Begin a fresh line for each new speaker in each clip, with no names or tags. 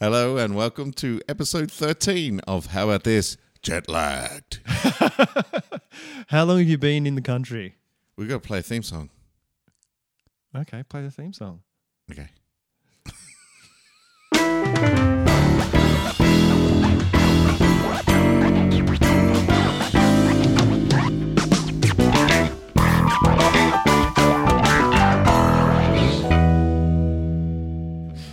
Hello and welcome to episode 13 of How About This Jet Lagged.
How long have you been in the country?
We've got to play a theme song.
Okay, play the theme song.
Okay.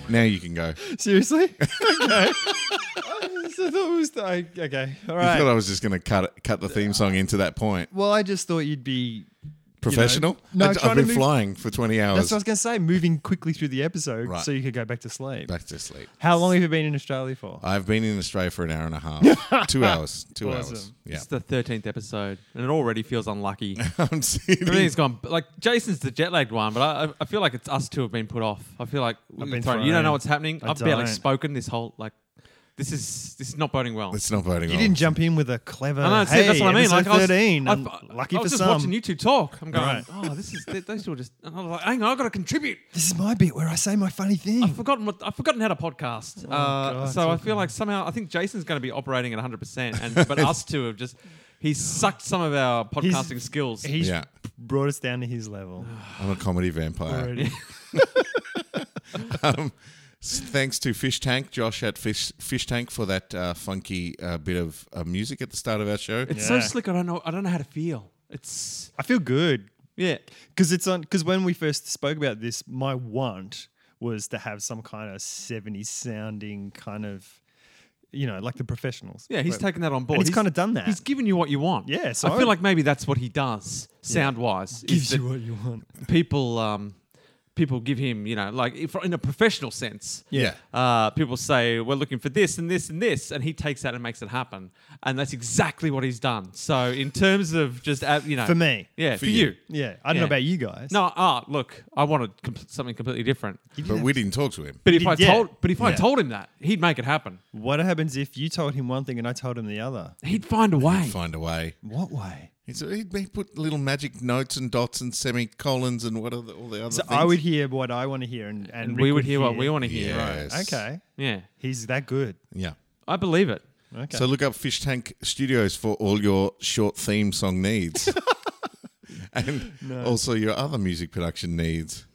Now you can go.
Seriously? okay. I just- I thought it was the- I- okay. All
You thought
right.
I was just going to cut it- cut the theme song into that point.
Well, I just thought you'd be.
Professional?
No,
I,
trying
have
to
been
move-
flying for 20
That's
hours.
what I was going to say. Moving quickly through the episode
Right.
so you could go back to sleep.
Back to sleep.
How long have you been in Australia for?
Uh,
I've been in Australia for an hour and a half. two hours. Two hours.
Awesome.
Yeah.
It's the thirteenth episode, and it already feels unlucky.
I'm
Everything's
serious.
gone like Jason's the jet lagged one, but I, I- I feel like it's us two have been put off. I feel like we've
been
thrown. You don't
thrown.
know what's happening.
I
I've barely
don't.
spoken this whole like. This is this is not boding well.
It's not voting
You
on.
didn't jump in with a clever.
oh, I know, that's, it,
hey,
that's what I mean. Like
episode
I was,
13.
I,
I'm
I-
lucky
I was
for
just
some.
watching you two talk. I'm going,
Right.
oh, this is th- those two are just. And I was like, hang on, I've got to contribute.
This is my bit where I say my funny thing.
I've forgotten what I've forgotten how to podcast. uh,
Oh, God,
so I
okay.
feel like somehow I think Jason's going to be operating at 100, percent and but us two have just he's sucked some of our podcasting skills.
He's
Yeah.
brought us down to his level.
I'm a comedy vampire.
already.
um, s- thanks to Fish Tank, Josh at Fish Fish Tank for that uh, funky uh, bit of uh, music at the start of our show.
It's
Yeah.
so slick. I don't know. I don't know how to feel. It's
I feel good
yeah.
Because it's on. Because when we first spoke about this, my want was to have some kind of 70s sounding kind of, you know, like the professionals.
Yeah, he's
But-
taken that on board.
and he's
He's-
kind of done that.
He's given you what you want.
Yeah, so
I
I-
feel like maybe that's what he does, sound wise.
gives you what you want.
people, um, people give him, you know, like if, in a professional sense.
yeah.
Uh, people say we're looking for this and this and this, and he takes that and makes it happen, and that's exactly what he's done. So in terms of just uh, you know,
For me.
yeah, for,
you.
you.
Yeah, I don't know
Yeah.
about you guys.
No, ah, look, I wanted comp- something completely different.
But we didn't talk to him.
But if
did-
I
yeah.
told, but if I
Yeah.
told him that, he'd make it happen.
What happens if you told him one thing and I told him the other?
He'd find a way.
Find a way.
What way?
He's, he, he put little magic notes and dots and semicolons and what are the, all the other
So
things.
I would hear what I want to hear, and, and,
and
Rick
we would hear what we want to hear.
Yes.
Okay,
Yeah,
he's that good.
Yeah.
I believe it.
Okay,
So look up Fish Tank Studios for all your short theme song needs. and also your other music production needs,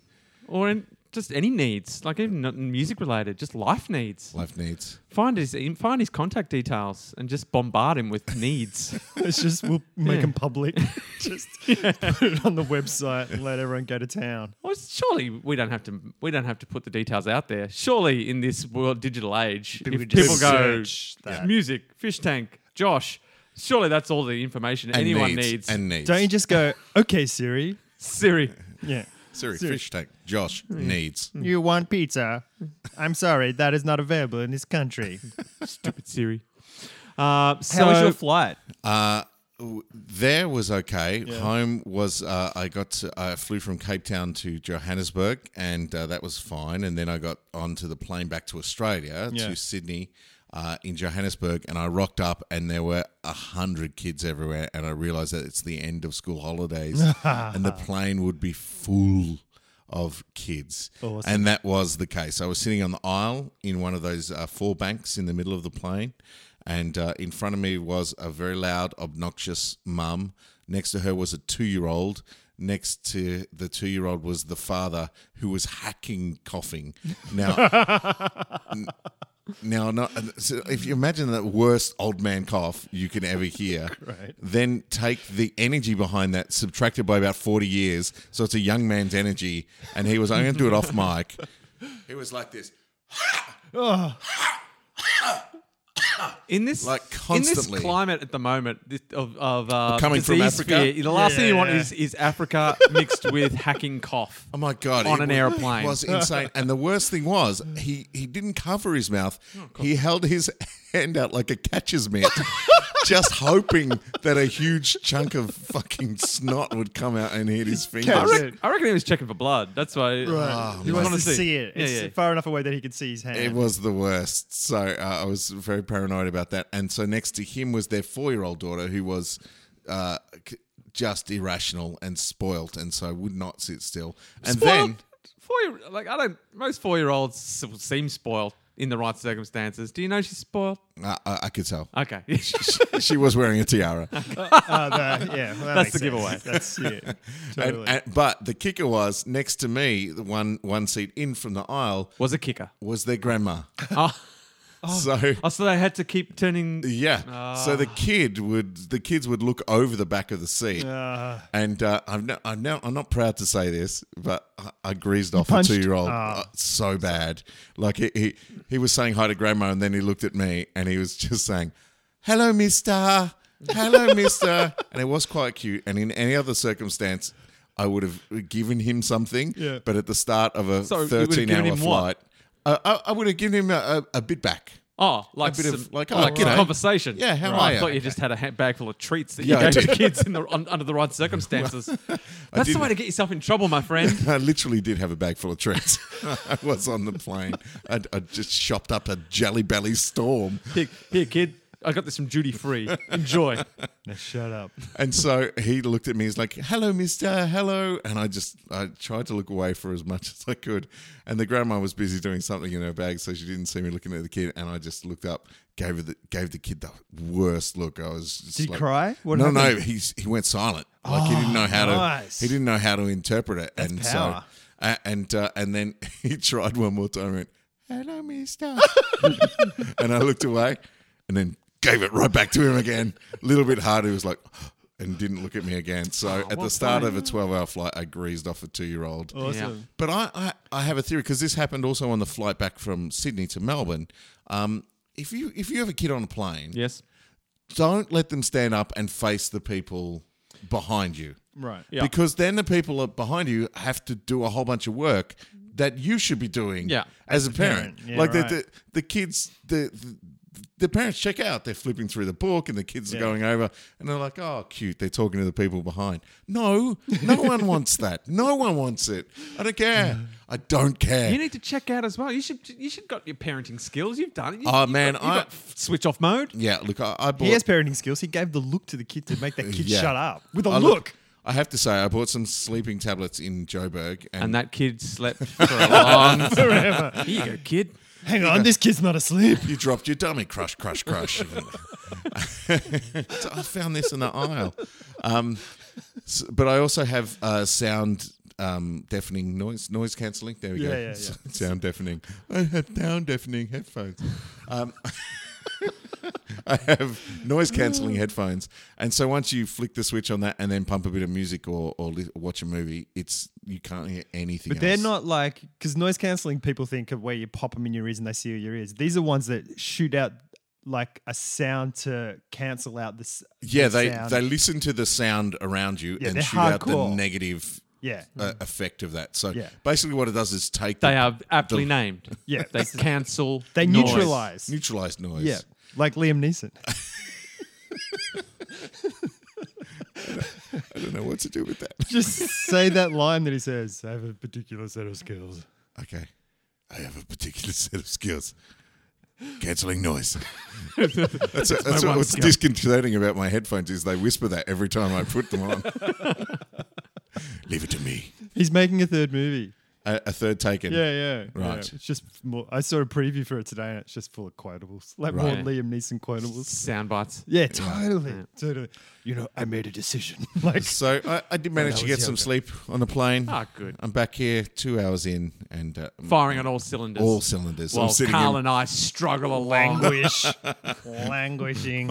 Or in just any needs, like even not music related, just life needs.
life needs.
Find his em- find his contact details and just bombard him with needs.
it's just we'll make
Yeah.
him public. just put it on the website and let everyone go to town.
well, Oh, surely we don't have to we don't have to put the details out there. Surely in this world digital age,
People
if
just
people go
search that.
music, fish tank, Josh, surely that's all the information
And
anyone
needs,
needs.
And needs.
Don't you just go, okay, Siri?
Siri,
Yeah.
Sorry,
Siri.
Fish Tank. Josh needs.
You want pizza? I'm sorry, that is not available in this country.
stupid Siri. Uh, so
How was your flight?
Uh, w- there was okay. Home was uh, I got to, I flew from Cape Town to Johannesburg, and uh, that was fine. And then I got onto the plane back to Australia
Yeah.
to Sydney. Uh, in Johannesburg, and I rocked up, and there were a hundred kids everywhere, and I realized that it's the end of school holidays, and the plane would be full of kids,
Awesome.
and that was the case. I was sitting on the aisle in one of those uh, four banks in the middle of the plane, and uh, in front of me was a very loud, obnoxious mum. Next to her was a two year old. Next to the two year old was the father who was hacking coughing. Now, n- now not, so if you imagine the worst old man cough you can ever hear, then take the energy behind that, subtract it by about 40 years. So it's a young man's energy. And he was, I'm going to do it off mic. He was like this.
In this
Like,
in
constantly.
this climate at the moment this- of, of uh,
Coming from
disease
Africa?
fear, the last
Yeah,
thing you want
yeah.
is is Africa mixed with hacking cough.
Oh my god!
On
it
an
wa-
aeroplane.
was insane. and the worst thing was he he didn't cover his mouth. he held his hand out like a catcher's mitt, just hoping that a huge chunk of fucking snot would come out and hit his
I,
fingers.
Catch it.
reckon, I reckon he was checking for blood. That's why. uh,
he
man.
wants to
Honestly.
see it.
Yeah,
It's
yeah.
far enough away that he can see his hand.
It was the worst. So uh, I was very paranoid about that. And so next to him was their four-year-old daughter, who was uh, c- just irrational and spoilt, and so would not sit still. And
Spoiled-
then
four year, like I don't. Most four year olds seem spoiled. in the right circumstances. Do you know she's spoiled?
I, uh, I, I could tell.
Okay.
she was wearing a tiara.
Uh, the- yeah, well, that
That's
makes
the giveaway.
sense. That's yeah,
And-
totally.
and- but the kicker was next to me, the one one seat in from the aisle
Was a kicker.
was their grandma.
Oh,
So
oh, so they had to keep turning.
yeah, so
Ah.
the kid would the kids would look over the back of the seat,
Uh,
and uh, I'm no, I'm, no, I'm not proud to say this, but I, I greased off
punched-
a two year old
Ah.
so bad. Like he, he he was saying hi to grandma, and then he looked at me, and he was just saying, "Hello, Mister. Hello, Mister." and it was quite cute. And in any other circumstance, I would have given him something.
Yeah.
But at the start of a
So you would have given
13 hour
him what?
flight, uh, I, I would have given him a, a, a bit back.
Oh, like
bit
some,
of, like,
oh,
oh,
like some
g'day.
conversation.
Yeah, how
Right.
are
I
ya?
thought you just had a ha- bag full of treats that
Yeah, I
you gave to
did.
kids in the, un, under the right circumstances. That's the
did.
way to get yourself in trouble, my friend.
I literally did have a bag full of treats. I was on the plane. I, I just shopped up a Jelly Belly storm.
Here, here kid. I got this from duty free. Enjoy.
now shut up.
And so he looked at me. He's like, "Hello, Mister. Hello." And I just I tried to look away for as much as I could. And the grandma was busy doing something in her bag, so she didn't see me looking at the kid. And I just looked up, gave her the gave the kid the worst look. I was. Just
Did he
like-
cry? What
no,
happened? Oh,
no. He's he went silent. Like he didn't know how
nice.
to. He didn't know how to interpret it. and
power.
so a- and uh, and then he tried one more time. and Went, "Hello, Mister." and I looked away and then gave it right back to him again. A little bit harder. He was like, and didn't look at me again. So at the
Oh, what
start
fun.
of
Oh.
a 12 hour flight, I greased off a two year old.
Awesome.
But I, I, I have a theory because this happened also on the flight back from Sydney to Melbourne. Um, if you if you have a kid on a plane,
Yes.
don't let them stand up and face the people behind you.
Right.
Yeah.
Because then the people that behind you have to do a whole bunch of work that you should be doing
Yeah.
as, a parent.
parent. Yeah,
like
right.
the, the the kids the, the the parents check out, they're flipping through the book and the kids are going over and they're like, oh, cute, they're talking to the people behind. No, no one wants that. No one wants it. I don't care. I don't
You
care.
need to check out as well. You should you should got your parenting skills. You've done it. You,
Oh,
you've
man,
got, you've
I-
got f- switch off mode.
Yeah, look, I, I bought.
He has parenting skills. He gave the look to the kid to make that kid
Yeah.
shut up with a
I
look.
Oh, I have to say, I bought some sleeping tablets in Joburg and,
And that kid slept for a long forever. Here you go, kid.
Hang on, this kid's not asleep.
you dropped your dummy. Crush, crush, crush. So I found this in the aisle. Um, s- but I also have uh, sound um, deafening noise noise cancelling. There we go.
Yeah, yeah, yeah.
Sound deafening. I have sound deafening headphones. Um, I have noise cancelling headphones, and so once you flick the switch on that, and then pump a bit of music or, or li- watch a movie, it's you can't hear anything.
But they're
else.
not like because noise cancelling people think of where you pop them in your ears and they see your ears. These are ones that shoot out like a sound to cancel out this.
Yeah, they
sound.
they listen to the sound around you
Yeah,
and
they're
shoot out the
hardcore.
negative
yeah
uh, effect of that. So
Yeah.
basically, what it does is take
They
the
are aptly named.
yeah
They cancel.
they
noise.
neutralize.
neutralized noise.
Yeah, like Liam Neeson.
I don't know what to do with that.
Just say that line that he says. I have a particular set of skills.
Okay, I have a particular set of skills. Cancelling noise. that's a, that's what,
one
what's
skill.
disconcerting about my headphones is they whisper that every time I put them on. Leave it to me.
He's making a third movie.
A, a third taken.
Yeah, yeah,
Right.
yeah. It's just more. I saw a preview for it today, and it's just full of quotables, like more
Right.
Liam Neeson quotables.
Sound bites.
Yeah, totally, totally. You know, I made a decision. like,
So I, I did manage
that
to
was
get
the
some
other.
sleep on the plane.
Ah, good.
I'm back here two hours in and uh,
Firing on all cylinders.
all cylinders.
While
I'm sitting in-
Carl
Oh,
and I struggle along.
languish, languishing.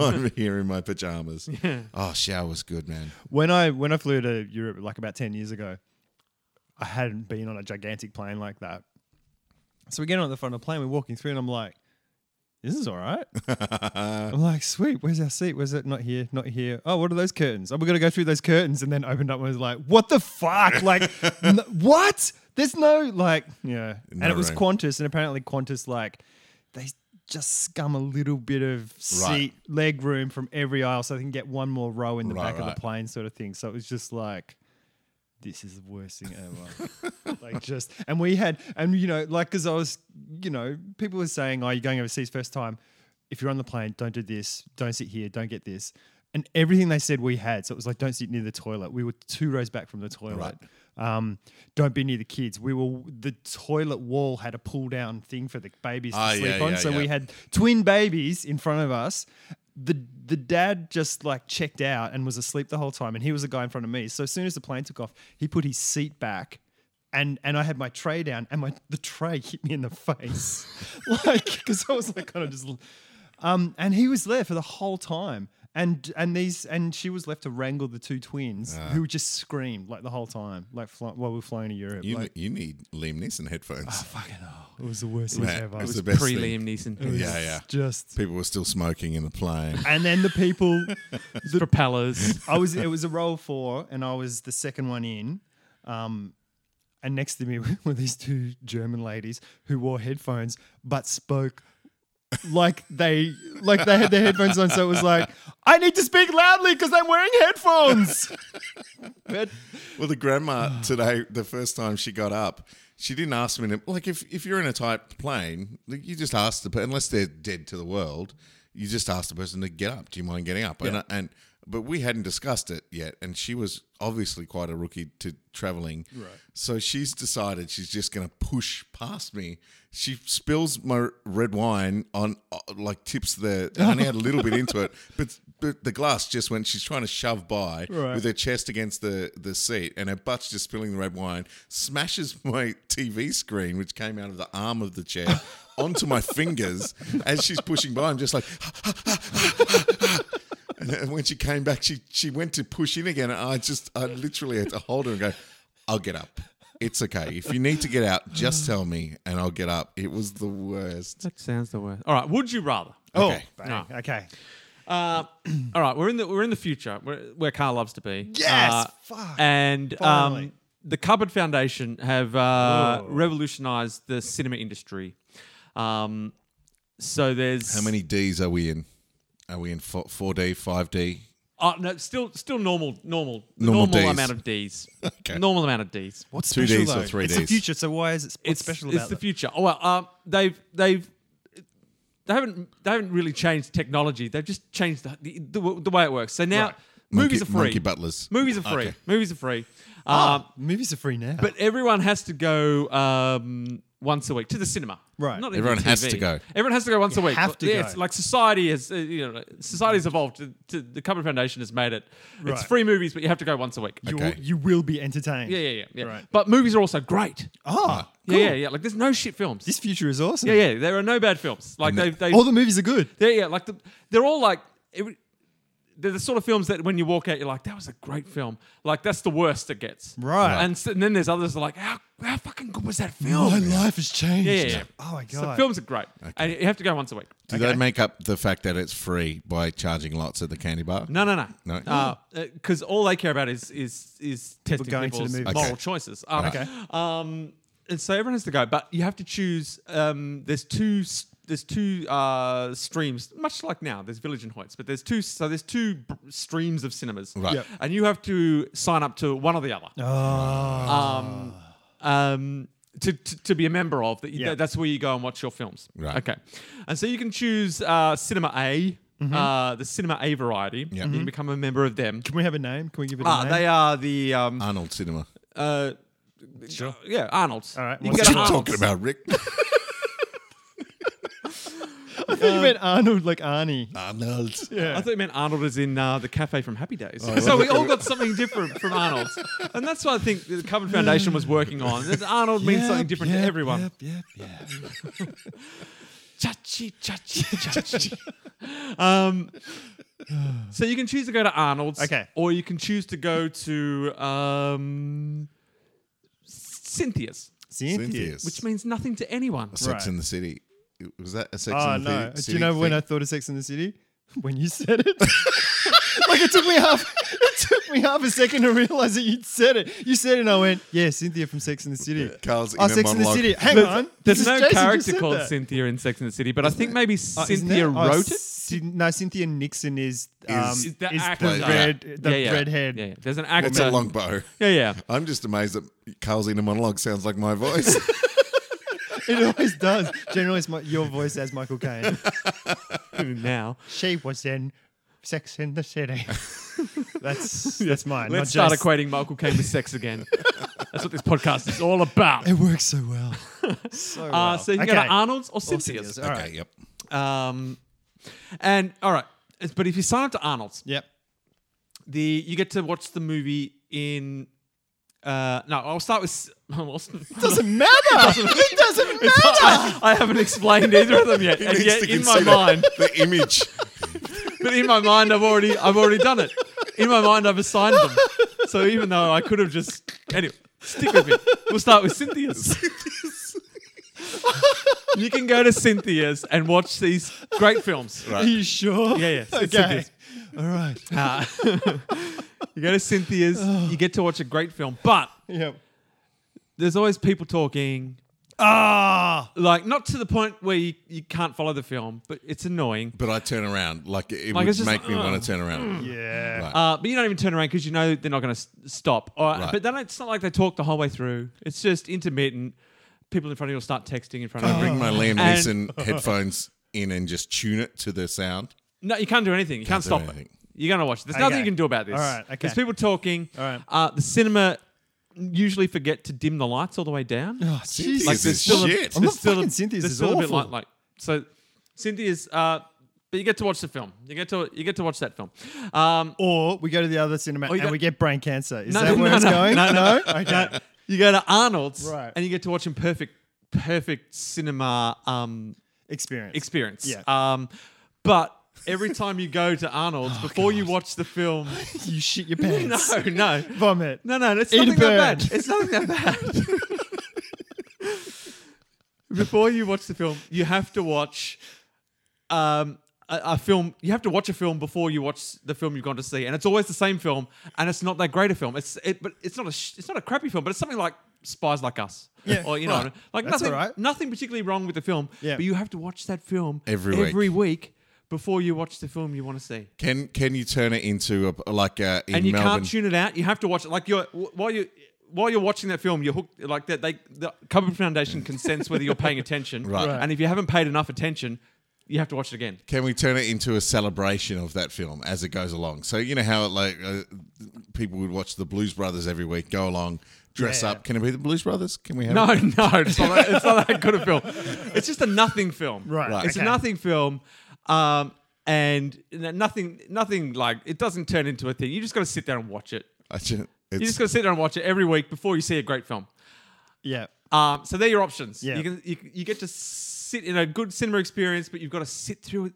I'm here in my pajamas. Oh, shower was good, man.
When I when I flew to Europe, like about ten years ago, I hadn't been on a gigantic plane like that. So we get on the front of the plane, we're walking through, and I'm like, "This is all right." I'm like, "Sweet, where's our seat? Where's it? Not here, not here. Oh, what are those curtains? Oh, we got to go through those curtains." And then opened up and was like, "What the fuck? Like, n- what? There's no like, yeah."
No
and it was
room.
Qantas, and apparently Qantas like they just scum a little bit of seat
Right.
leg room from every aisle so they can get one more row in the
Right,
back of
right.
the plane sort of thing. So it was just like this is the worst thing ever. like just and we had and you know like cuz I was you know people were saying oh you're going overseas first time if you're on the plane don't do this, don't sit here, don't get this. And everything they said we had. So it was like don't sit near the toilet. We were two rows back from the toilet.
Right.
Um, don't be near the kids. We were the toilet wall had a pull down thing for the babies to
Ah,
sleep
yeah,
on,
yeah,
so we
yeah.
had twin babies in front of us. The the dad just like checked out and was asleep the whole time, and he was the guy in front of me. So as soon as the plane took off, he put his seat back. And, and I had my tray down, and my the tray hit me in the face, like because I was like kind of just um, and he was there for the whole time. And and these and she was left to wrangle the two twins
Ah.
who just screamed like the whole time, like fly, while we were flying to Europe.
You,
like
you need Liam Neeson headphones.
fucking hell, it was the worst thing
Nah,
ever.
it's
It was
the best
Pre
thing.
Liam Neeson.
Yeah, yeah.
just.
People were still smoking in the plane.
And then the people,
Propellers.
I was it was a roll four, and I was the second one in. Um, and next to me were these two German ladies who wore headphones but spoke like they like they had their headphones on. So it was like, I need to speak loudly because I'm wearing headphones. but
Well, the grandma today, the first time she got up, she didn't ask me. To, like, if, if you're in a tight plane, like, you just ask the person, unless they're dead to the world, you just ask the person to get up. Do you mind getting up? And, and but we hadn't discussed it yet, and she was obviously quite a rookie to traveling. Right. So she's decided she's just going to push past me. She spills my red wine on, uh, like tips the. I only had a little bit into it, but but the glass just went. She's trying to shove by
Right.
with her chest against the, the seat, and her butt's just spilling the red wine, smashes my TV screen, which came out of the arm of the chair, onto my fingers as she's pushing by. I'm just like, and then when she came back, she she went to push in again, and I just I literally had to hold her and go, "I'll get up. It's okay. If you need to get out, just tell me, and I'll get up." It was the worst.
that sounds the worst. All right. Would you rather?
oh,
Okay.
Ah.
bang. okay,
Uh, all right, we're in the we're in the future where, where Carl loves to be.
Yes,
Uh,
fuck,
And
finally.
um, the Cupboard Foundation have uh,
Whoa.
revolutionised the cinema industry. Um, so there's
How many D's are we in? Are we in four D, five D?
Oh no, still still normal normal
Normal
normal,
Ds.
amount of D's.
Okay.
Normal amount of D's.
what's
Two
special
Ds or
though?
three
it's the
Ds?
future, so why is it what's special
it's
about
the
it?
future. Oh well, uh, they've they've they haven't they haven't really changed technology. They've just changed the the, the, w- the way it works. So now
Right.
movies
Monkey-
are free.
Monkey butlers.
Movies are free.
Okay.
Movies are free. Um,
Ah, movies are free now.
but everyone has to go um, once a week to the cinema.
Right.
Not even
Everyone has
TV.
to go.
Everyone has to go once a week.
have to
yeah,
go.
It's like society has uh, you know society's evolved. To, to, the Cupboard Foundation has made it. It's
Right.
free movies, but you have to go once a week.
you,
Okay.
you will be entertained.
Yeah, yeah, yeah, yeah.
Right.
But movies are also great.
Oh,
Ah.
Yeah, yeah, yeah. Like there's no shit films.
this future is awesome.
yeah, yeah. There are no bad films. Like they, they,
All the movies are good.
they yeah, like the, they're all like. every- they're the sort of films that when you walk out, you're like, "That was a great film." Like that's the worst it gets,
Right.
And, so, and then there's others that are like, "How how fucking good was that film?"
My life has changed.
Yeah, yeah, yeah.
Oh my
So
god.
films are great, and you have to go once a week.
Do they make up the fact that it's free by charging lots at the candy bar?
No, no,
No?
no, Because all they care about is is is testing
going to the
people's
movies.
moral
Okay.
choices. Um,
Okay.
Um, and so everyone has to go, but you have to choose. Um, there's two. s- There's two uh, streams, much like now. There's Village and Hoyts, but there's two. So there's two b- streams of cinemas,
Right.
Yep.
and you have to sign up to one or the other
Oh.
um, um, to, to, to be a member of. That you,
Yeah.
That's where you go and watch your films.
Right.
Okay. And so you can choose uh, Cinema A,
Mm-hmm.
uh, the Cinema A variety. You can become a member of them.
Can we have a name? Can we give it Mm-hmm. a
Ah,
name?
they are the. Um,
Arnold Cinema.
uh,
Sure.
Yeah, Arnold's.
All right,
You
what's
can
What
go
are
to
you talking
Arnold's.
about, Rick?
I thought you meant Arnold, like Arnie.
Arnold.
Yeah.
Ah, I thought you meant Arnold is in uh, the cafe from Happy Days.
I
so
love
we
it.
all got something different from Arnold's. And that's what I think the Carbon Foundation was working on. that Arnold means something different to everyone.
Yep, yep, yep.
Chachi, chachi, chachi. um, so you can choose to go to Arnold's,
Okay.
or you can choose to go to um, Cynthia's,
Cynthia's.
which means nothing to anyone.
Sex
Right.
in the City. Was that a Sex
Oh
in the
no!
Thi- City?
Do you know when
thing?
I thought of Sex in the City? When you said it. like it took me half. It took me half a second to realize that you'd said it. You said it, and I went, "Yeah, Cynthia from Sex in the City."
Carl's
oh,
inner
Sex
monologue.
in the City. Hang on.
There's
This is
no
Jason just
character
said
called
that.
Cynthia in Sex and the City, but I think maybe
Oh, isn't
Cynthia
there? Oh,
wrote it.
Syn- no, Cynthia Nixon is um,
Is-
is
the
the,
actor.
red, the
yeah, yeah.
redhead.
Yeah, yeah. There's an
It's
actor.
a long bow.
yeah, yeah.
I'm just amazed that Carl's inner monologue sounds like my voice.
It always does. Generally, it's my, your voice as Michael Caine.
now
she was in Sex in the City. That's that's mine.
let's
not
start equating Michael Caine with sex again. That's what this podcast is all about.
It works so well. so well.
Uh, so you go
Oh, Okay.
to Arnold's or Cynthia's.
Cynthia's,
okay,
All right.
yep.
Um, and all right, it's- but if you sign up to Arnold's,
Yep.
the you get to watch the movie in. Uh, no, I'll start with. Well,
Doesn't matter. it doesn't matter.
I, I haven't explained either of them yet,
He
and
needs
yet
to
in my
consider
mind,
the image.
but in my mind, I've already I've already done it. In my mind, I've assigned them. So even though I could have just anyway, stick with me. We'll start with Cynthia's. you can go to Cynthia's and watch these great films.
Are you sure?
Yeah, yeah. It's
Okay. All right.
Uh, you go to Cynthia's, you get to watch a great film, but
Yep.
there's always people talking.
Ah.
Like, not to the point where you, you can't follow the film, but it's annoying.
But I turn around. Like it
Like,
would
it's just
make me
like,
want to turn around.
uh, Yeah.
Right.
Uh, but you don't even turn around because you know they're not going to stop. Or,
Right.
But then it's not like they talk the whole way through. It's just intermittent. People in front of you will start texting in front
I
of
Oh.
bring
you.
my Liam
And-
Neeson headphones in and just tune it to the sound.
No, you can't do anything. You can't,
do
stop
anything.
it. You're going to watch it. There's nothing
Okay.
you can do about this.
All right, okay.
There's people talking.
All right.
Uh, the cinema usually forget to dim the lights all the way down.
Oh, Jesus.
Like, there's still a-
Shit.
I'm not
there's still a-
fucking Cynthia's
there's
is
still a bit
awful.
light, like so. Cynthia's, uh, but you get to watch the film. You get to you get to watch that film. Um,
Or we go to the other cinema
Oh, you
and
got-
we get brain cancer. Is
No,
that
no,
where it's
no,
going?
no,
Okay.
you go to Arnold's,
Right.
and you get to watch in perfect perfect cinema um,
Experience.
experience.
Yeah.
Um, but every time you go to Arnold's
Oh,
before you watch the film,
you shit your
no,
pants.
no,
Vomit.
No, no, it's
Eat a
nothing
bird.
that bad. It's nothing that bad. Before you watch the film, you have to watch um, a, a film. You have to watch a film before you watch the film you've gone to see, and it's always the same film, and it's not that great a film. It's it, but it's not a sh- it's not a crappy film, but it's something like Spies Like Us,
Yeah,
or you know,
right.
what I mean? like
That's
nothing
all right.
nothing particularly wrong with the film,
Yeah.
but you have to watch that film
Every week.
every week before you watch the film you want to see
Can can you turn it into a like a in
and you
Melbourne?
can't tune it out. You have to watch it. Like you're while you while you're watching that film, you're hooked. Like that, they the Cupboard Foundation can sense whether you're paying attention.
Right.
Right.
And if you haven't paid enough attention, you have to watch it again.
Can we turn it into a celebration of that film as it goes along? So you know how like uh, people would watch the Blues Brothers every week, go along, dress
Yeah.
up. Can it be the Blues Brothers? Can we have
No,
it?
no, it's not, that, it's not that good a film. It's just a nothing film.
Right, Right.
It's
okay.
a nothing film. Um, and n- nothing, nothing like it doesn't turn into a thing. You just got to sit there and watch it.
I ju-
You
it's,
just got to sit there and watch it every week before you see a great film.
Yeah.
Um, so they're your options.
Yeah.
You can you, you get to sit in a good cinema experience, but you've got to sit through it.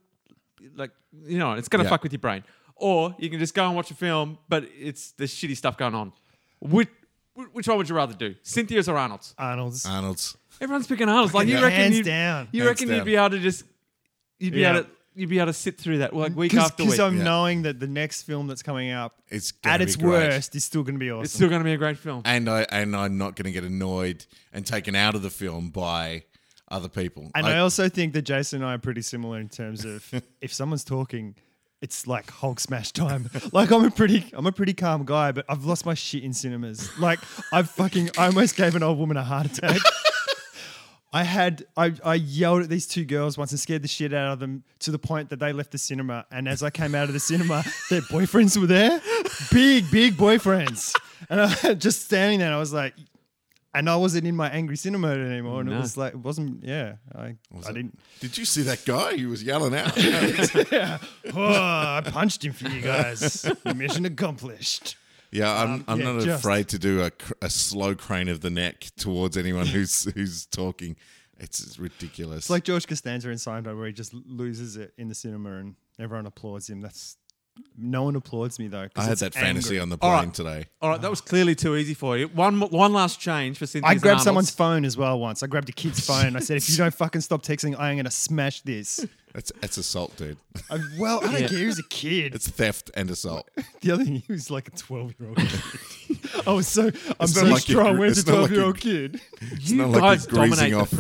Like you know, it's gonna
Yeah.
fuck with your brain. Or you can just go and watch a film, but it's there's shitty stuff going on. Which which one would you rather do, Cynthia's or Arnold's?
Uh,
Arnold's.
Arnold's.
Everyone's picking Arnold's. Like you
Hands
reckon you'd,
down.
you
Hands
reckon
down.
you'd be able to just you'd be
Yeah.
able to you'd be able to sit through that like week after
Because
week.
I'm
Yeah.
knowing that the next film that's coming up,
It's gonna
at
be
its
great.
worst, is still going to be awesome.
it's still gonna be a great film.
and I and I'm not going to get annoyed and taken out of the film by other people.
And I,
I,
also think that Jason and I are pretty similar in terms of if someone's talking, it's like Hulk smash time. like I'm a pretty, I'm a pretty calm guy, but I've lost my shit in cinemas. Like I've fucking, I almost gave an old woman a heart attack. I had, I, I yelled at these two girls once and scared the shit out of them to the point that they left the cinema. And as I came out of the cinema, their boyfriends were there, big, big boyfriends, and I just standing there. and I was like. And I wasn't in my angry cinema mode anymore, and it
No.
was like it wasn't. Yeah, I, I didn't.
did you see that guy? He was yelling out.
Oh, I punched him for you guys. Mission accomplished.
yeah, I'm,
Um,
I'm
yeah,
not
just-
afraid to do a, cr- a slow crane of the neck towards anyone who's who's talking. It's, it's ridiculous.
It's like George Costanza in Seinfeld, where he just loses it in the cinema and everyone applauds him. That's no one applauds me though. 'cause
I had
it's
that fantasy
angry.
on the
All
plane
right.
today.
All right, that was clearly too easy for you. One mo- one last change for Cynthia.
I grabbed someone's phone as well once. I grabbed a kid's phone. I said, "If you don't fucking stop texting, I am gonna smash this."
That's that's assault, dude.
I, well, I don't
Yeah.
care. He was a kid.
It's theft and assault.
The other thing, he was like a twelve-year-old. kid. I was so I'm
It's
so
not like you're-
strong. Where's a
it's not like you're-
twelve-year-old kid?
You
not like
guys
you're greasing
dominate
off.
the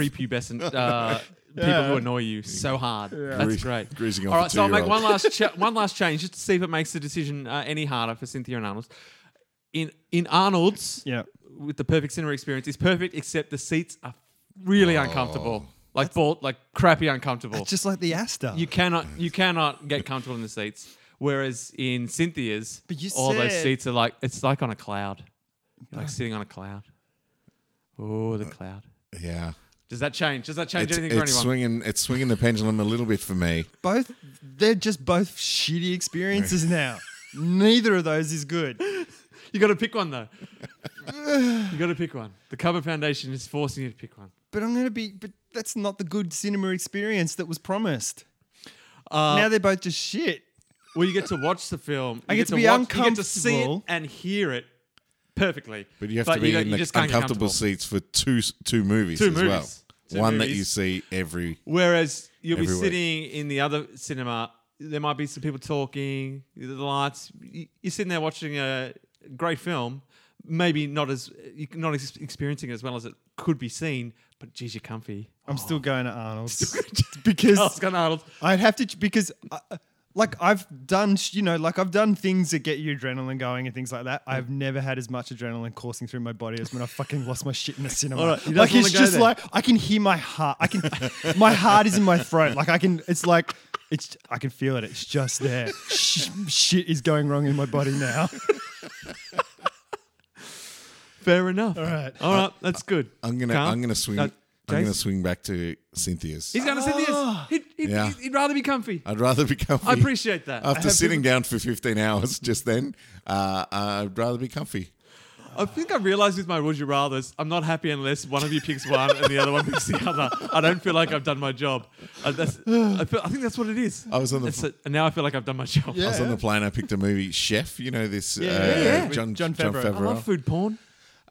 prepubescent uh, people
Yeah.
who annoy you so hard. That's
Gre-
great.
greasing off
All
a
right, so I'll make one
two-year-old.
last cha- one last change just to see if it makes the decision uh, any harder for Cynthia and Arnold's. In in Arnold's,
Yeah.
with the perfect cinema experience, is perfect except the seats are really
Oh.
uncomfortable, like ball, like crappy uncomfortable.
Just like the Asta.
you cannot you cannot get comfortable in the seats. Whereas in Cynthia's,
But you
all those
said-
seats are like it's like on a cloud, You're like sitting on a cloud. Oh, the cloud.
Yeah,
Does that change? Does that change
it's,
anything for
it's
anyone?
swinging. It's swinging the pendulum a little bit for me.
Both, they're just both shitty experiences now. Neither of those is good.
You got to pick one though. you got to pick one. The Cover Foundation is forcing you to pick one.
But I'm gonna be. But that's not the good cinema experience that was promised.
Uh,
now they're both just shit.
well, you get to watch the film.
I
You
get to be
You get to see it
uncomfortable.
and hear it perfectly.
But you have to be
don't-
in
you
the
just can't get
uncomfortable
comfortable.
seats for two two movies
Two
as well.
movies. Two
One that
movies.
you see every.
Whereas you'll
Every
be
week.
sitting in the other cinema, there might be some people talking, the lights. You- You're sitting there watching a great film, maybe not as you're not ex- experiencing it as well as it could be seen. But geez, you're comfy.
I'm still going to Arnold's because
Oscar Arnold.
I'd have to because, I, like, I've done sh- you know like I've done things that get your adrenaline going and things like that. I've never had as much adrenaline coursing through my body as when I fucking lost my shit in the cinema.
All right, you don't
like it's
wanna go
just
there.
like I can hear my heart. I can, my heart is in my throat. Like I can. It's like. It's, I can feel it. It's just there. Sh- shit is going wrong in my body now.
Fair enough. All
right.
All right. That's good.
I'm gonna
Carl?
I'm gonna swing.
Uh,
I'm gonna
Jason?
swing back to Cynthia's.
He's going to sit this. He'd, he'd,
Yeah.
he'd rather be comfy.
I'd rather be comfy.
Ah, I appreciate that.
After sitting down for 15 hours just then, uh, I'd rather be comfy.
I think I realized with my Would You Rathers, I'm not happy unless one of you picks one and the other one picks the other. I don't feel like I've done my job. I, that's, I, feel, I think that's what it is.
I was on the
It's a- and now I feel like I've done my job.
I was on
Yeah.
the plane. I picked a movie, Chef. You know this, uh,
yeah, yeah.
John
John Favreau.
I love food porn.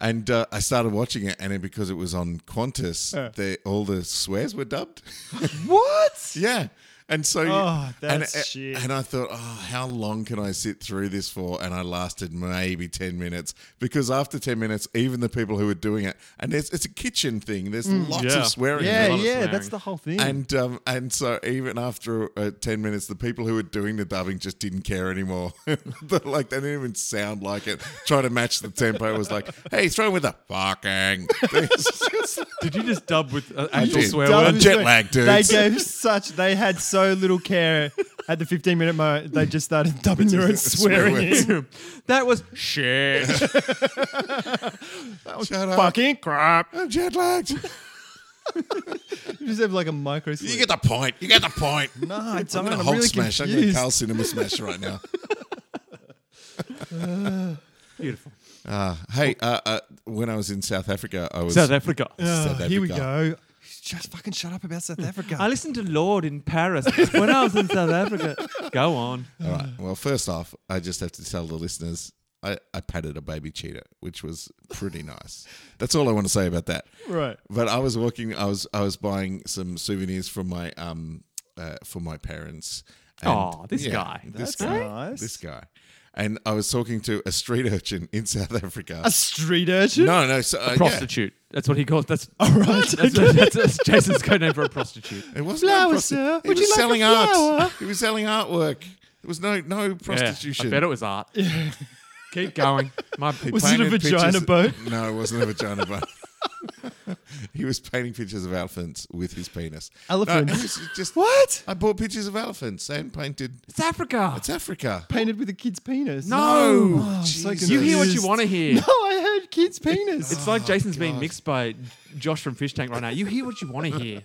and uh, I started watching it, and it, because it was on Qantas, they, all the swears were dubbed.
What?
yeah, and so
Oh,
and-
that's
and,
shit.
And I thought, oh, how long can I sit through this for? And I lasted maybe 10 minutes because after 10 minutes, even the people who were doing it, and it's, it's a kitchen thing. There's lots
yeah.
of swearing.
Mm. Yeah,
lot of
yeah,
swearing.
that's the whole thing.
And um, and so even after uh, ten minutes, the people who were doing the dubbing just didn't care anymore. But, like they didn't even sound like it. Trying to match the tempo was like, hey, throw in with the fucking. It's just like-
Did you just dub with uh,
I
actual
did.
swear
Dub
words?
I'm jet lagged,
They
dudes.
gave such. They had so little care at the 15 minute mark. They just started dubbing their own
Swear
swearing.
words.
in.
that was shit.
Shut up!
Fucking crap!
I'm jet lagged. You
You just have like a micro. You
get the point. You get the point.
no, I don't.
I'm
I'm,
gonna Hulk
really
smash. I'm gonna
confused.
Carl Cinema smash right now.
Beautiful.
Uh, hey, uh, uh, when I was in South Africa, I was
South Africa.
South
Oh, here we
Africa.
go. Just fucking shut up about South Africa.
I listened to Lord in Paris when I was in South Africa. Go on.
All right.
Mm.
Well, first off, I just have to tell the listeners I, I patted a baby cheetah, which was pretty nice. That's all I want to say about that.
Right.
But I was walking. I was I was buying some souvenirs for my um uh, for my parents. And,
Aw, this guy.
This
That's
guy.
nice.
This guy. And I was talking to a street urchin in South Africa.
A street urchin.
no, no, so, uh, yeah.
Prostitute. That's what he calls. That's all
right.
That's, that's, that's Jason's code name for a prostitute.
It wasn't a
Flower,
prosti-
sir.
He
Would
was
you like a
selling
flower?
art. He was selling artwork. There was no no prostitution.
Yeah, I bet it was art. Keep going. My
Was it a
painted
vagina
pictures-
boat?
No, it wasn't a vagina boat. he was painting pictures of elephants with his penis. No,
Elephants?
it was just
What?
I bought pictures of elephants and painted.
it's Africa.
It's Africa.
Painted with a kid's penis.
No.
Oh, I'm so
Jesus.
you hear what you
confused.
want to hear.
No, I heard kid's penis.
It's like Jason's being mixed by Josh from Fish Tank right now. You hear what you want to hear.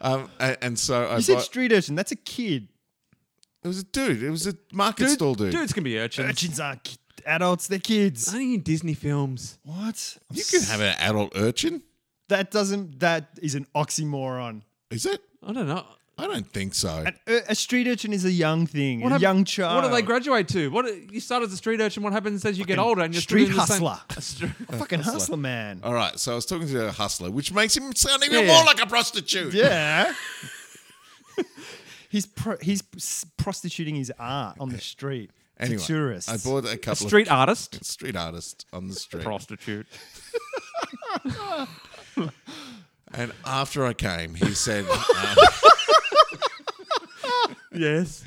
Um, and, and so I
you said
bought-
street urchin. That's a kid.
it was a dude. It was a market stall dude.
Dudes can be urchins.
Urchins aren't ki- adults, they're kids.
Only in Disney films.
What?
You can have an adult urchin.
that doesn't that is an oxymoron.
Is it?
I don't know.
I don't think so.
An, ur- a street urchin is a young thing, a
hap-
young child.
What do they graduate to? What you start as a street urchin. What happens as you get older and you're
street
still doing the same-
hustler.
A stre-
Fucking hustler man.
All right. So I was talking to a hustler, which makes him sound even
Yeah,
more
yeah.
like a prostitute.
Yeah. he's pro- he's s- prostituting his art on the street
Anyway,
to tourists.
I bought a couple
street artist.
of street artists on the street.
Prostitute.
And after I came, he said, uh,
Yes.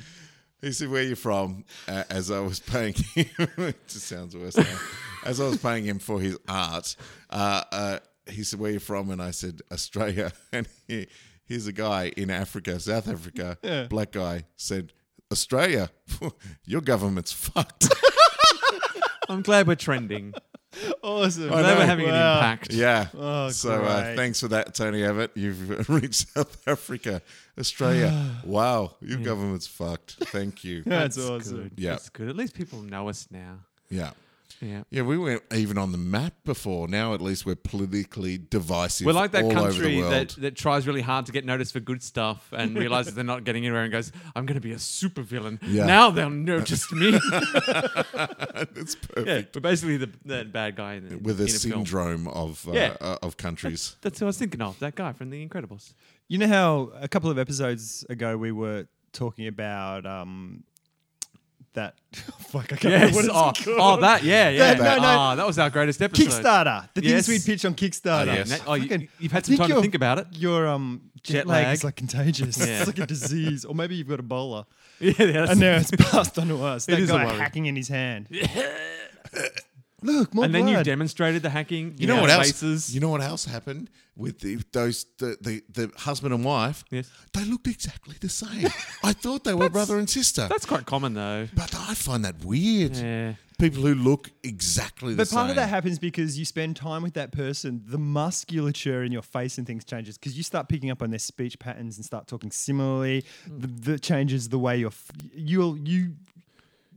he said, where you from? Uh, as I was paying him, it just sounds worse now. As I was paying him for his art, uh, uh, he said, where you from? And I said, Australia. And he, here's a guy in Africa, South Africa, black guy, said, Australia, your government's fucked.
I'm glad we're trending.
awesome.
I know.
They were having
Wow.
an impact.
Yeah.
Oh,
so uh,
great.
thanks for that, Tony Abbott. You've reached South Africa, Australia. wow, your government's fucked. Thank you.
Mm. That's,
That's
awesome.
good.
Yeah.
That's good. At least people know us now.
yeah.
Yeah.
Yeah, we weren't even on the map before. Now at least we're politically divisive.
We're like that
all over
country
the world.
that, that tries really hard to get noticed for good stuff and realizes they're not getting anywhere and goes, I'm going to be a supervillain.
Yeah.
Now they'll notice me.
it's
yeah,
perfect.
but basically the, the bad guy in the,
With
in
a
film.
syndrome of uh,
Yeah.
uh, of countries.
That's who I was thinking of, that guy from The Incredibles.
You know how a couple of episodes ago we were talking about um that fuck I can't remember what it's
oh,
called.
oh, that, yeah, yeah.
That- no, no.
Ah, that was our greatest episode.
Kickstarter. The
Yes.
things we'd pitch on Kickstarter.
Oh,
Yeah,
yes.
Nat- oh, you,
Fucking-
you've had
I
some
think
time to
you're-
think about it.
Your um jet,
Jet
lag,
lag.
is like contagious.
Yeah.
It's like a disease, or maybe you've got Ebola,
Yeah, that's-
and now it's passed on to us. That
is a
guy
worry.
hacking in his hand. Look, more
and then you
blood.
demonstrated the hacking.
You know what else?
Faces.
You know what else happened with the, those the, the the husband and wife?
Yes.
They looked exactly the same. I thought they were brother and sister.
That's quite common though.
But I find that weird.
Yeah.
People who look exactly the
But
same.
part of that happens because you spend time with that person. The musculature in your face and things changes because you start picking up on their speech patterns and start talking similarly. The, the changes the way you're. F- you'll you.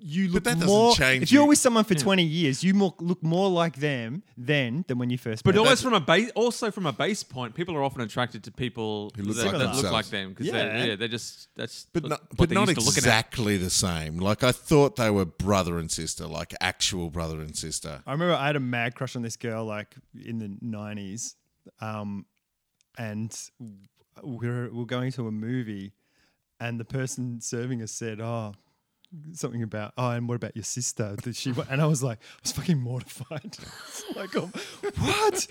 You look
that doesn't
more.
change
if you're
you-
with someone for 20 years, you more, look more like them then than when you first.
But
met.
always from a base, also from a base point, people are often attracted to people
Who look
that,
like
that look
themselves.
like them because
Yeah.
they're, yeah, they're just that's
but
what-
not,
what
but
they're
not
used to looking at.
exactly the same. Like I thought they were brother and sister, like actual brother and sister.
I remember I had a mad crush on this girl like in the nineties, um, and we were we were going to a movie, and the person serving us said, "Oh." Something about oh, and what about your sister? That she wa-" and I was like, I was fucking mortified. It's like, oh, what?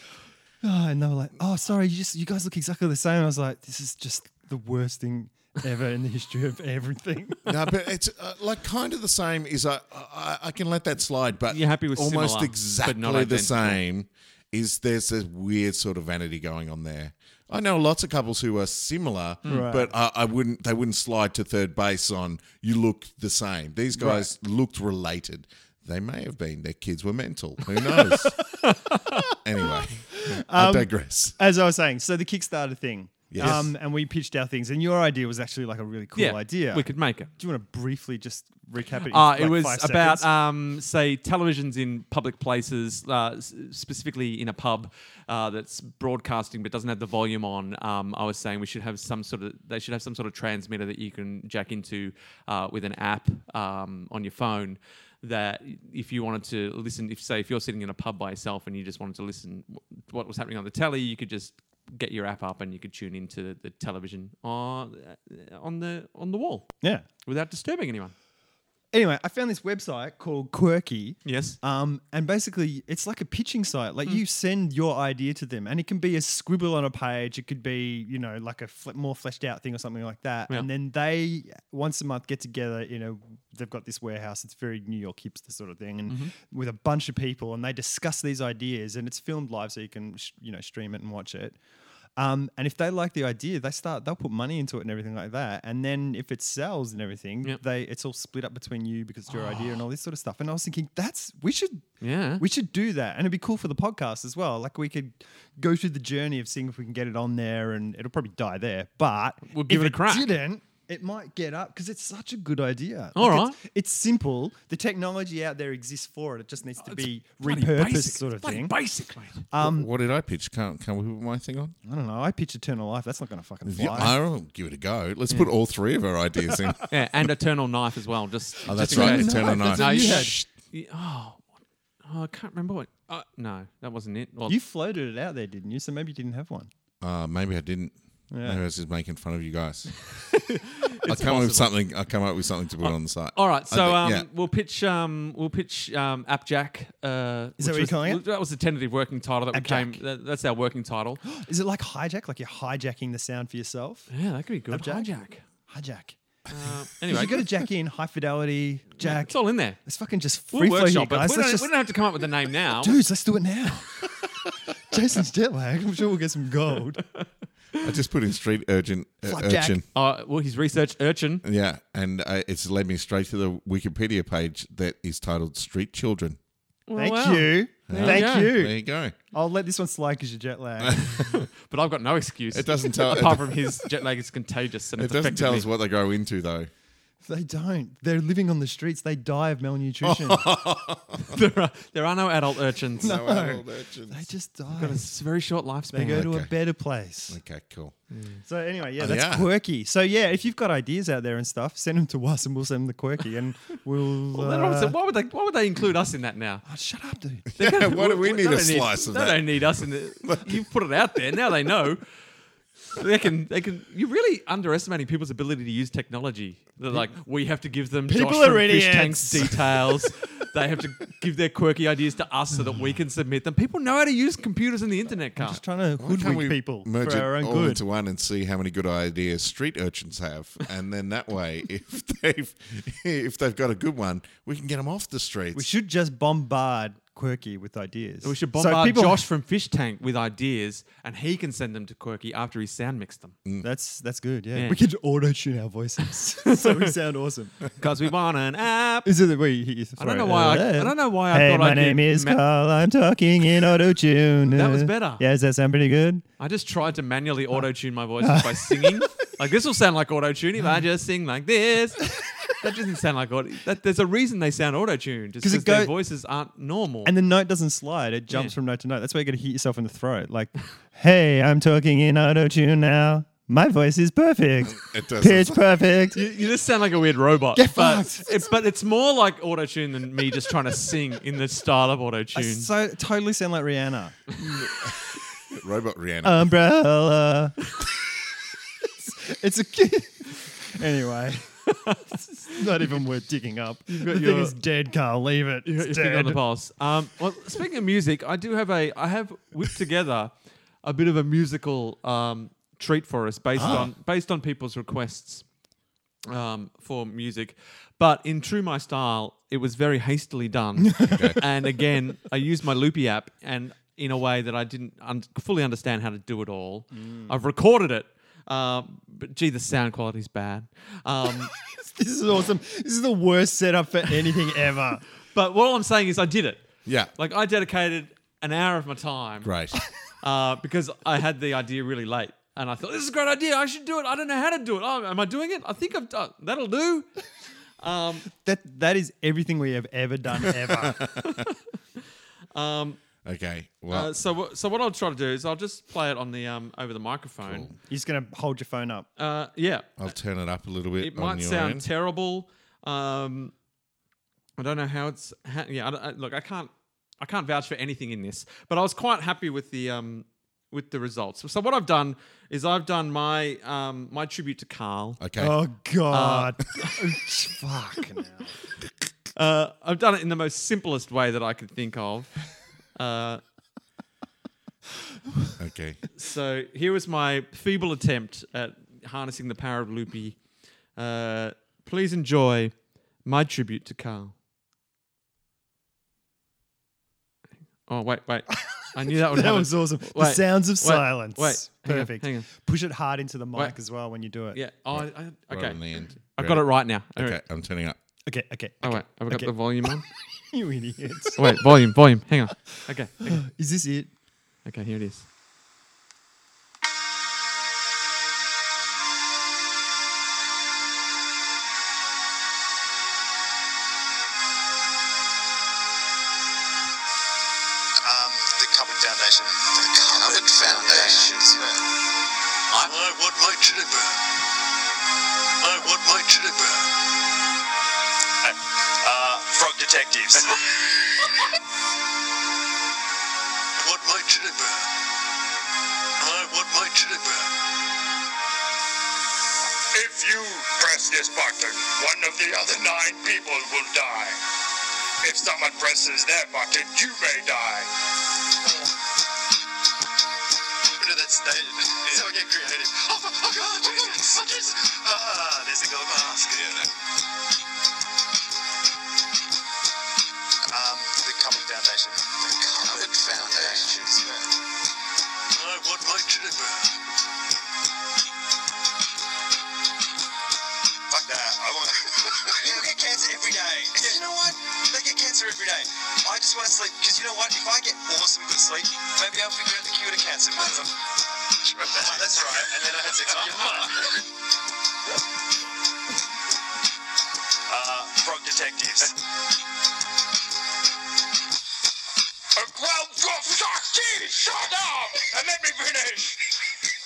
Oh, and they were like, oh, sorry, you just you guys look exactly the same. I was like, this is just the worst thing ever in the history of everything.
no, but it's uh, like kind of the same. Is I, I I can let that slide, but
You're happy with
almost
similar,
exactly
but not
the
identical.
same. Is there's a weird sort of vanity going on there? I know lots of couples who are similar,
Right.
but I, I wouldn't. They wouldn't slide to third base on you look the same. These guys looked related. They may have been. Their kids were mental. Who knows? anyway, I digress.
As I was saying, so the Kickstarter thing.
Yes.
Um, and we pitched our things, and your idea was actually like a really cool
yeah,
idea.
We could make it.
Do you want to briefly just recap it? in,
Uh, it
like,
was
five
about
seconds?
um, say televisions in public places, uh, s- specifically in a pub uh, that's broadcasting but doesn't have the volume on. Um, I was saying we should have some sort of they should have some sort of transmitter that you can jack into uh, with an app um, on your phone. That if you wanted to listen, if say if you're sitting in a pub by yourself and you just wanted to listen wh- what was happening on the telly, you could just get your app up and you could tune into the television on uh, on the on the wall
yeah.
without disturbing anyone.
Anyway, I found this website called Quirky.
Yes.
Um, and basically, it's like a pitching site. Like you send your idea to them, and it can be a scribble on a page. It could be, you know, like a fle- more fleshed out thing or something like that.
Yeah.
And then they once a month get together. You know, they've got this warehouse. It's very New York hipster sort of thing, and with a bunch of people, and they discuss these ideas. And it's filmed live, so you can, sh- you know, stream it and watch it. Um, and if they like the idea, they start they'll put money into it and everything like that. And then if it sells and everything,
Yep. Oh.
they it's all split up between you because it's your idea and all this sort of stuff. And I was thinking that's we should
Yeah.
we should do that, and it'd be cool for the podcast as well. Like we could go through the journey of seeing if we can get it on there, and it'll probably die there. But
We'll give
if
it a crack.
Didn't it might get up because it's such a good idea.
All
Like,
right.
it's, it's simple. The technology out there exists for it. It just needs to be
Oh, Bloody
repurposed,
basic.
sort of
Bloody
thing.
Basic, mate.
what did I pitch? Can't can we put my thing on?
I don't know. I pitch Eternal Life. That's not going to fucking fly.
Yeah, I'll give it a go. Let's put all three of our ideas in.
yeah, and Eternal Knife as well. Just
Oh,
just
that's
in
right,
case.
Eternal Knife.
No,
That's
you
what you
sh- you- oh, what- oh, I can't remember what. Uh, no, that wasn't it. Well,
You floated it out there, didn't you? So maybe you didn't have one.
Uh, maybe I didn't.
Yeah.
Maybe I was just making fun of you guys. I come up with something. I come up with something to put on the site.
all right, so
I
um,
thi-
we'll pitch um, we'll pitch um, AppJack. Uh,
Is that what
which
you're
was-
calling it?
That was the tentative working title that
AppJack.
we came. That, that's our working title.
Is it like hijack? Like you're hijacking the sound for yourself?
yeah, that could be good.
AppJack?
Hijack.
Hijack.
Uh,
Anyway.
anyway,
You got to jack in high fidelity, jack.
it's all in there.
Let's fucking just
We'll
free flow here,
workshop it.
guys.
We
Let's
don't,
just,
we don't have to come up with a name now.
dudes, let's do it now. Jason's jet lag. I'm sure we'll get some gold.
I just put in street urgent uh,
Flapjack.
urchin.
Uh, well, he's researched urchin.
Yeah, and uh, it's led me straight to the Wikipedia page that is titled "Street Children."
Well,
Thank
wow.
you. Thank
go.
you.
There you go.
I'll let this one slide because you're jet lagged.
But I've got no excuse.
It doesn't tell-
Apart from his jet lag is contagious and
It
it's
doesn't
affected
tell
me.
us what they go into though.
they don't. They're living on the streets. They die of malnutrition.
there, are, there are no adult urchins.
No adult urchins.
they just
Got a
die.
s- very short lifespan.
They go to a
Okay.
better place.
Okay, cool.
So anyway, yeah,
Oh,
that's
yeah.
quirky. So yeah, if you've got ideas out there and stuff, send them to us and we'll send them the quirky and we'll.
Well, then I
uh,
said, why would they? Why would they include us in that now?
Oh, shut up, dude.
They're gonna-
why do we need
they
a
don't
slice of
they
that?
don't need us in the. you put it out there. Now they know. They can. They can. You're really underestimating people's ability to use technology. They're like, we have to give them
People
Josh from
are
Fish
idiots.
Tanks details. they have to give their quirky ideas to us so that we can submit them. People know how to use computers and the internet. Can't.
Just trying to
Why can't we
hoodwink people
merge
for our
it
own
all
good.
into one and see how many good ideas street urchins have, and then that way, if they've if they've got a good one, we can get them off the streets.
We should just bombard quirky with ideas.
We should
So
bombard
people-
Josh from Fish Tank with ideas, and he can send them to Quirky after he's sound mixed them.
Mm. That's that's good. Yeah,
Yeah.
we could auto tune our voices so we sound awesome.
Because we want an app.
Is it the way you hit your
I don't know why. I, I don't know why I
Hey,
thought
my
I
name
did
is
ma-
Carl. I'm talking in auto tune.
That was better.
Yeah, does that sound pretty good?
I just tried to manually auto tune my voice by singing. Like this will sound like auto tune if I just sing like this. That doesn't sound like auto. That, there's a reason they sound auto tuned. Because
'Cause it
their
go-
voices aren't normal.
And the note doesn't slide; it jumps
Yeah.
from note to note. That's why you got to hit yourself in the throat. Like, hey, I'm talking in auto tune now. My voice is perfect.
It doesn't.
Pitch perfect.
you, you just sound like a weird robot.
Get
but,
fucked.
it, but it's more like auto tune than me just trying to sing in the style of auto
I
tune.
so totally sound like Rihanna.
Robot Rihanna.
Uh,
umbrella. it's a kid. Anyway. It's not even worth digging up. The
got
thing
your-
is dead, Carl. Leave it.
You got
It's
your finger on
dead.
the pulse. Um, well, speaking of music, I do have a I have whipped together a bit of a musical um, treat for us based
Ah.
on based on people's requests um, for music. But in true my style, it was very hastily done. And again, I used my Loopy app and in a way that I didn't un- fully understand how to do it all.
Mm.
I've recorded it. Um, but gee, the sound quality's bad. Um,
This is awesome. This is the worst setup for anything ever.
but what I'm saying is, I did it.
yeah,
Like I dedicated an hour of my time
great.
uh, because I had the idea really late. And I thought, this is a great idea. I should do it. I don't know how to do it. Oh, am I doing it? I think I've done. That'll do.
That that is everything we have ever done ever.
Um,
Okay, well,
uh, so, wh- so what I'll try to do is I'll just play it on the um, over the microphone.
You're just gonna hold your phone up.
Uh, yeah,
I'll turn it up a little bit.
it
on
might
your
sound
end.
terrible. Um, I don't know how it's. Ha- yeah, I don't, I, look, I can't. I can't vouch for anything in this, but I was quite happy with the um, with the results. So what I've done is I've done my um, my tribute to Carl.
okay.
Oh god. Fuck now.
Uh, I've done it in the most simplest way that I could think of. Uh,
Okay.
so here was my feeble attempt at harnessing the power of Loopy. Uh, please enjoy my tribute to Carl. Oh wait, wait! I knew that would
That
happen.
was awesome. the
Oh, Wait,
sounds of
wait,
silence.
wait, hang on,
Perfect.
hang on.
Push it hard into the mic
Wait.
as well when you do it.
Yeah. Oh, I, I,
Right on the
okay.
end.
I got it right now.
Okay, I'm turning up.
Okay, okay.
Oh wait, I've got
okay.
the volume on. Oh,
you idiot.
wait, volume, volume. Hang on. Okay. Okay.
is this it?
Okay, here it is.
Um, the Cupboard Foundation. The Cupboard, Foundation. I, I want my chili bread. I want my chili bread. Uh, Frog Detectives. I want my chili bread. I want my chili bread.
If you press this button, one of the other nine people will die. If someone presses their button, you may die.
Look at that state. So I get creative. Oh, my- oh God, Jesus. Oh, Jesus. Ah, there's a gold mask. Um, the Cupboard Foundation. The Cupboard Foundation. I want my chili bread. Fuck that. I want. People get cancer every day. You know what? They get cancer every day. I just want to sleep because you know what? If I get awesome good sleep, maybe I'll figure out the cure to cancer. Mother. That's right. And then I had sex with your mum. Uh, frog detectives.
Uh, Well, you're fucking shut up and let me finish.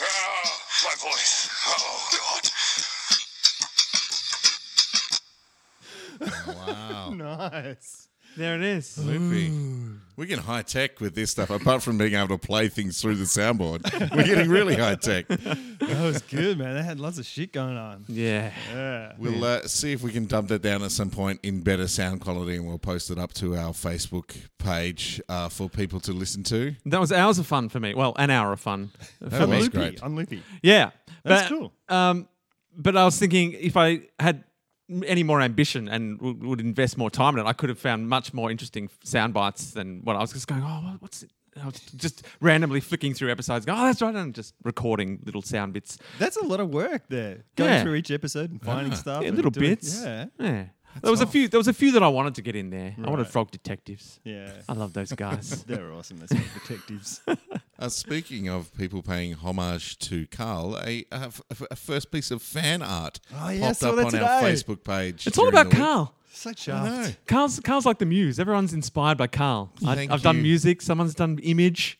Ah, my voice. Oh God.
Wow.
Nice.
There it is.
Loopy. We're getting high tech with this stuff. Apart from being able to play things through the soundboard, we're getting really high tech.
That was good, man. They had lots of shit going on.
Yeah.
Yeah.
We'll uh, see if we can dump that down at some point in better sound quality, and we'll post it up to our Facebook page uh, for people to listen to.
That was hours of fun for me. Well, an hour of fun.
That was
loopy.
great.
I'm loopy.
Yeah.
That's
but,
cool.
Um, but I was thinking if I had any more ambition and w- would invest more time in it, I could have found much more interesting sound bites than what I was just going, oh, what- what's it? I was just randomly flicking through episodes, going, oh, that's right, and just recording little sound bits,
That's a lot of work there. Going
Yeah. Ah.
through each episode and finding stuff.
Yeah,
and
little
doing-
bits.
Yeah.
yeah. There was a few. There was a few that I wanted to get in there. I wanted Frog Detectives.
Yeah.
I love those guys.
They're awesome. Those detectives.
Uh, speaking of people paying homage to Carl, a, a f- a first piece of fan art
Oh, yeah, I
popped
saw
up
that
on our
today.
Facebook page.
it's all
during
about
the week.
Carl.
so
I know.
chuffed.
Carl's Carl's like the muse. Everyone's inspired by Carl. I,
Thank
I've done
you.
music. Someone's done image.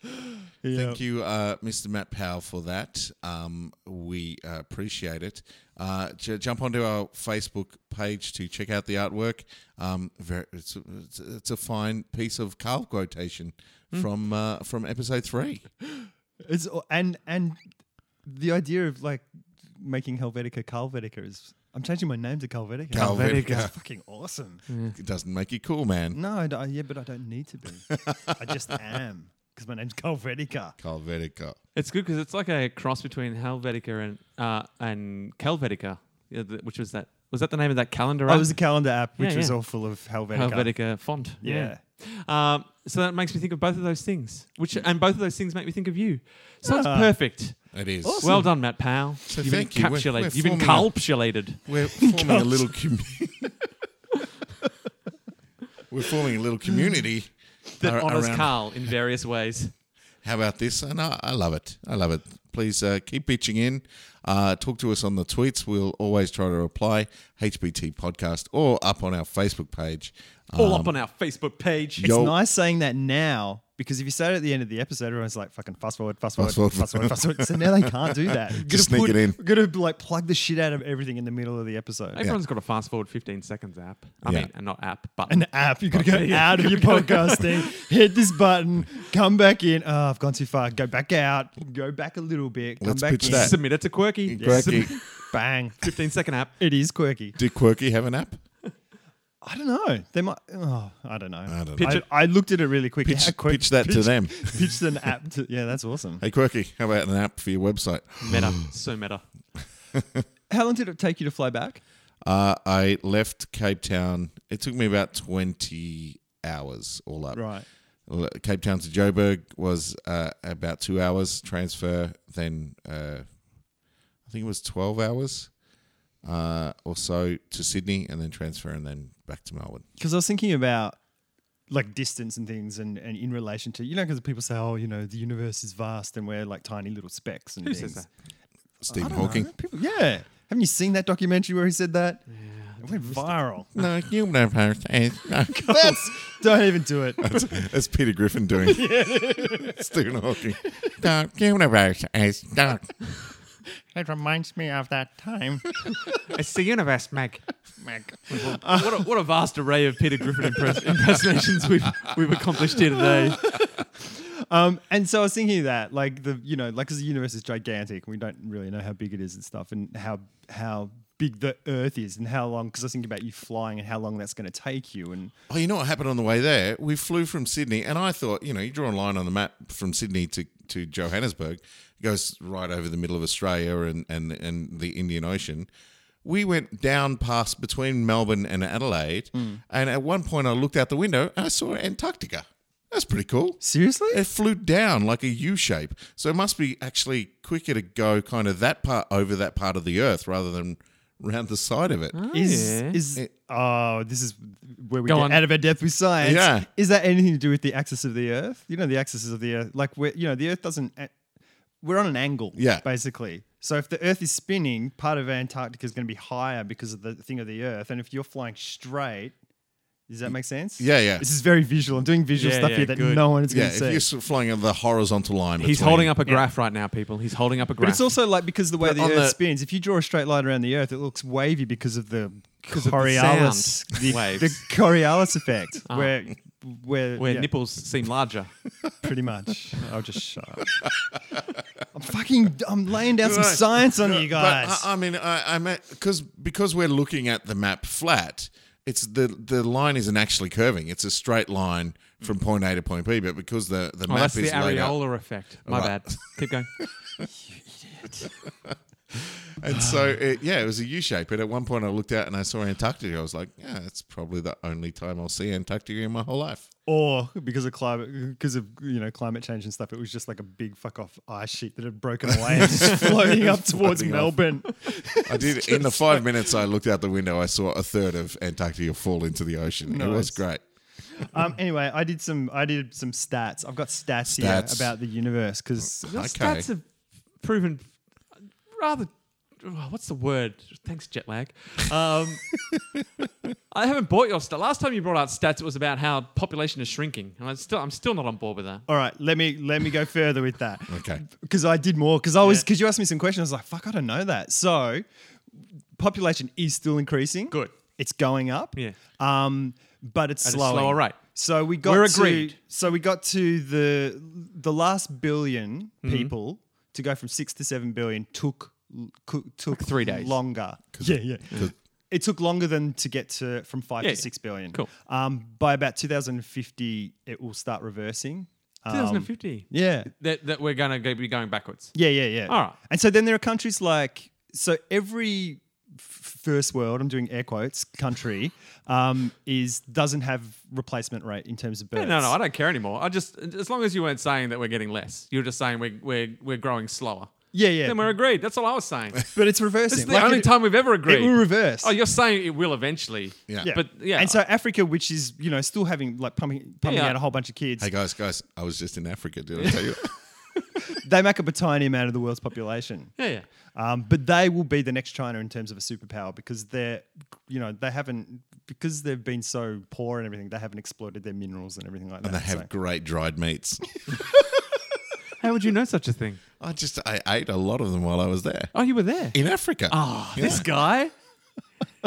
Thank you, uh, Mr. Matt Powell, for that. Um, we uh, appreciate it. Uh, j- jump onto our Facebook page to check out the artwork. Um, ver it's, it's, it's a fine piece of Carl quotation
Hmm.
from uh, from episode three.
It's oh, and and the idea of like making Helvetica Carlvetica is I'm changing my name to Carlvetica.
Carlvetica.
It's fucking awesome.
Hmm.
It doesn't make you cool, man.
No, I, don't- yeah, but I don't need to be. I just am because my name's Carlvetica.
Carl Vedica.
It's good because it's like a cross between Helvetica and uh, and Calvetica, yeah, th- which was that was that the name of that calendar?
Oh,
app?
it was a calendar app which
Yeah,
was
yeah.
all full of Helvetica.
Helvetica font.
Yeah.
Um, so that makes me think of both of those things,
Hmm.
which and both of those things make me think of you. So it's perfect.
It is.
Well done, Matt Powell.
Ah. So
You've
thank you.
been
We're-
capsulated.
we're
You've been
forming
culpsulated.
We're forming a little community. We're forming a little community
Hmm. That
ar-
honors
around-
Carl in various ways.
How about this? And I, I love it. I love it. Please uh, keep pitching in. Uh, talk to us on the tweets. We'll always try to reply. HBT podcast or up on our Facebook page. Uh,
All
Um,
up on our Facebook page.
It's
Yo.
nice saying that now because if you say it at the end of the episode, everyone's like, "Fucking fast forward, fast forward,
Fast
fast
forward.
forward, fast forward." So now they can't do that.
Just sneak it in.
We're gonna like plug the shit out of everything in the middle of the episode.
Everyone's got a fast forward 15 seconds app. I
Yeah.
mean, and not app, but
an app. You gotta go out of your podcasting, hit this button, come back in. Oh, I've gone too far. Go back out. Go back a little bit. Come
Let's
back
pitch
in.
that.
submit it to Quirky.
Quirky.
Submit-
Bang.
15 second app.
It is quirky.
Did Quirky have an app?
I don't know. They might. Oh, I don't know. I
don't
know. Pitch
I,
it.
looked at it really quick.
Pitch-
How quick-
pitch that to them.
Pitch an app. To, yeah, that's awesome.
Hey, Quirky, how about an app for your website?
Meta. so meta.
How long did it take you to fly back?
Uh, I left Cape Town. It took me about 20 hours all up.
Right.
L- Cape Town to Joburg was uh, about two hours transfer. Then uh, I think it was twelve hours uh, or so to Sydney, and then transfer, and then back to Melbourne.
Because I was thinking about like distance and things, and, and in relation to you know, because people say, oh, you know, the universe is vast, and we're like tiny little specks and
Who
things.
says that?
Stephen
I don't know.
Hawking.
People- yeah. Haven't you seen that documentary where he said that? it went viral.
No, you know her.
That's don't even do it.
That's, that's Peter Griffin doing Stephen Hawking. The universe is dark.
It reminds me of that time.
It's the universe, Meg. Meg. what, a, what a vast array of Peter Griffin impress- impersonations we've, we've accomplished here today.
Um, and so I was thinking that, like the you know, like 'cause the universe is gigantic, and we don't really know how big it is and stuff, and how how big the Earth is, and how long. Because I was thinking about you flying and how long that's going to take you, and
Oh, you know what happened on the way there? We flew from Sydney, and I thought, you know, you draw a line on the map from Sydney to, to Johannesburg, it goes right over the middle of Australia and, and, and the Indian Ocean. We went down past between Melbourne and Adelaide,
Hmm.
and at one point I looked out the window and I saw Antarctica. That's pretty cool.
seriously,
It flew down like a U shape. So it must be actually quicker to go kind of that part over that part of the earth rather than round the side of it.
Ah.
Is
Yeah.
is
It-
oh this is where we
Go
get
on.
out of our depth with science.
Yeah.
Is that anything to do with the axis of the Earth? You know the axis of the Earth, like we're you know the Earth doesn't. a- We're on an angle.
Yeah.
Basically, so if the Earth is spinning, part of Antarctica is going to be higher because of the thing of the Earth, and if you're flying straight, does that make sense?
Yeah, yeah.
This is very visual. I'm doing visual
Yeah,
stuff
yeah,
here that
good.
no one is
yeah,
going to see.
if you're sort of flying on the horizontal line,
He's holding up a graph right now, people. He's holding up a graph.
But it's also like because the way
But
the
on
Earth
the-
spins, if you draw a straight line around the Earth, it looks wavy because of the
of the
Coriolis,
sound
the,
waves.
the Coriolis effect, where where,
where
yeah,
nipples seem larger. Oh,
pretty much. I'll just shut up. I'm fucking. I'm laying down some
Right.
science on
No,
you
but uh,
guys.
I, I mean, I, I meant because because we're looking at the map flat. It's the the line isn't actually curving. It's a straight line from point A to point B. But because the the
Oh,
map
that's the
is laid out-
areola effect. My
Right.
bad. Keep going.
and so it, yeah, it was a U shape. But at one point, I looked out and I saw Antarctica. I was like, yeah, that's probably the only time I'll see Antarctica in my whole life.
or because of climate, because of you know climate change and stuff, it was just like a big fuck off ice sheet that had broken away and just floating up towards
Floating off.
Melbourne.
I did in the five minutes I looked out the window. I saw a third of Antarctica fall into the ocean. It was
Nice.
great.
Um, anyway, I did some. I did some stats. I've got stats,
Stats.
here about the universe because
Your
Okay.
stats have proven rather. oh, What's the word? Thanks, jet lag. Um, I haven't bought your stat. Last time you brought out stats, it was about how population is shrinking, and I still, I'm still not on board with that.
All right, let me let me go further with that.
Okay.
Because I did more. Because I was
Yeah.
because you asked me some questions. I was like, fuck, I don't know that. So, population is still increasing.
Good.
It's going up.
Yeah.
Um, but it's
At a
slowing.
slower rate.
So we got
We're
to,
agreed.
So we got to the the last 1000000000
Hmm.
people to go from six to seven billion took co- took
three days.
longer. Yeah, yeah. It took longer than to get to from five
Yeah,
to
yeah.
six billion.
Cool.
Um, by about 2050, it will start reversing. Um,
2050.
yeah.
That, that we're going to be going backwards.
Yeah, yeah, yeah.
All right.
And so then there are countries like so every f- first world, I'm doing air quotes, country um, is doesn't have replacement rate in terms of births.
No, no, I don't care anymore. I just, as long as you weren't saying that we're getting less, you were just saying we're we're, we're growing slower.
Yeah, yeah.
Then we're agreed. That's all I was saying. This
but it's reversing.
is the
Like,
only
it-
time we've ever
it
agreed.
will reverse.
Oh, you're saying it will eventually.
Yeah.
yeah.
But yeah.
and so Africa, which is you know still having like pumping pumping
Yeah.
out a whole bunch of kids,
Hey guys, guys, I was just in Africa. Did I tell you?
they make up a tiny amount of the world's population.
yeah, yeah.
Um, but they will be the next China in terms of a superpower because they're, you know, they haven't because they've been so poor and everything. They haven't exploited their minerals and everything like
And they
that.
have
so-
great dried meats.
How would you know such a thing?
I just I ate a lot of them while I was there
Oh, you were there.
in Africa.
Oh, this guy.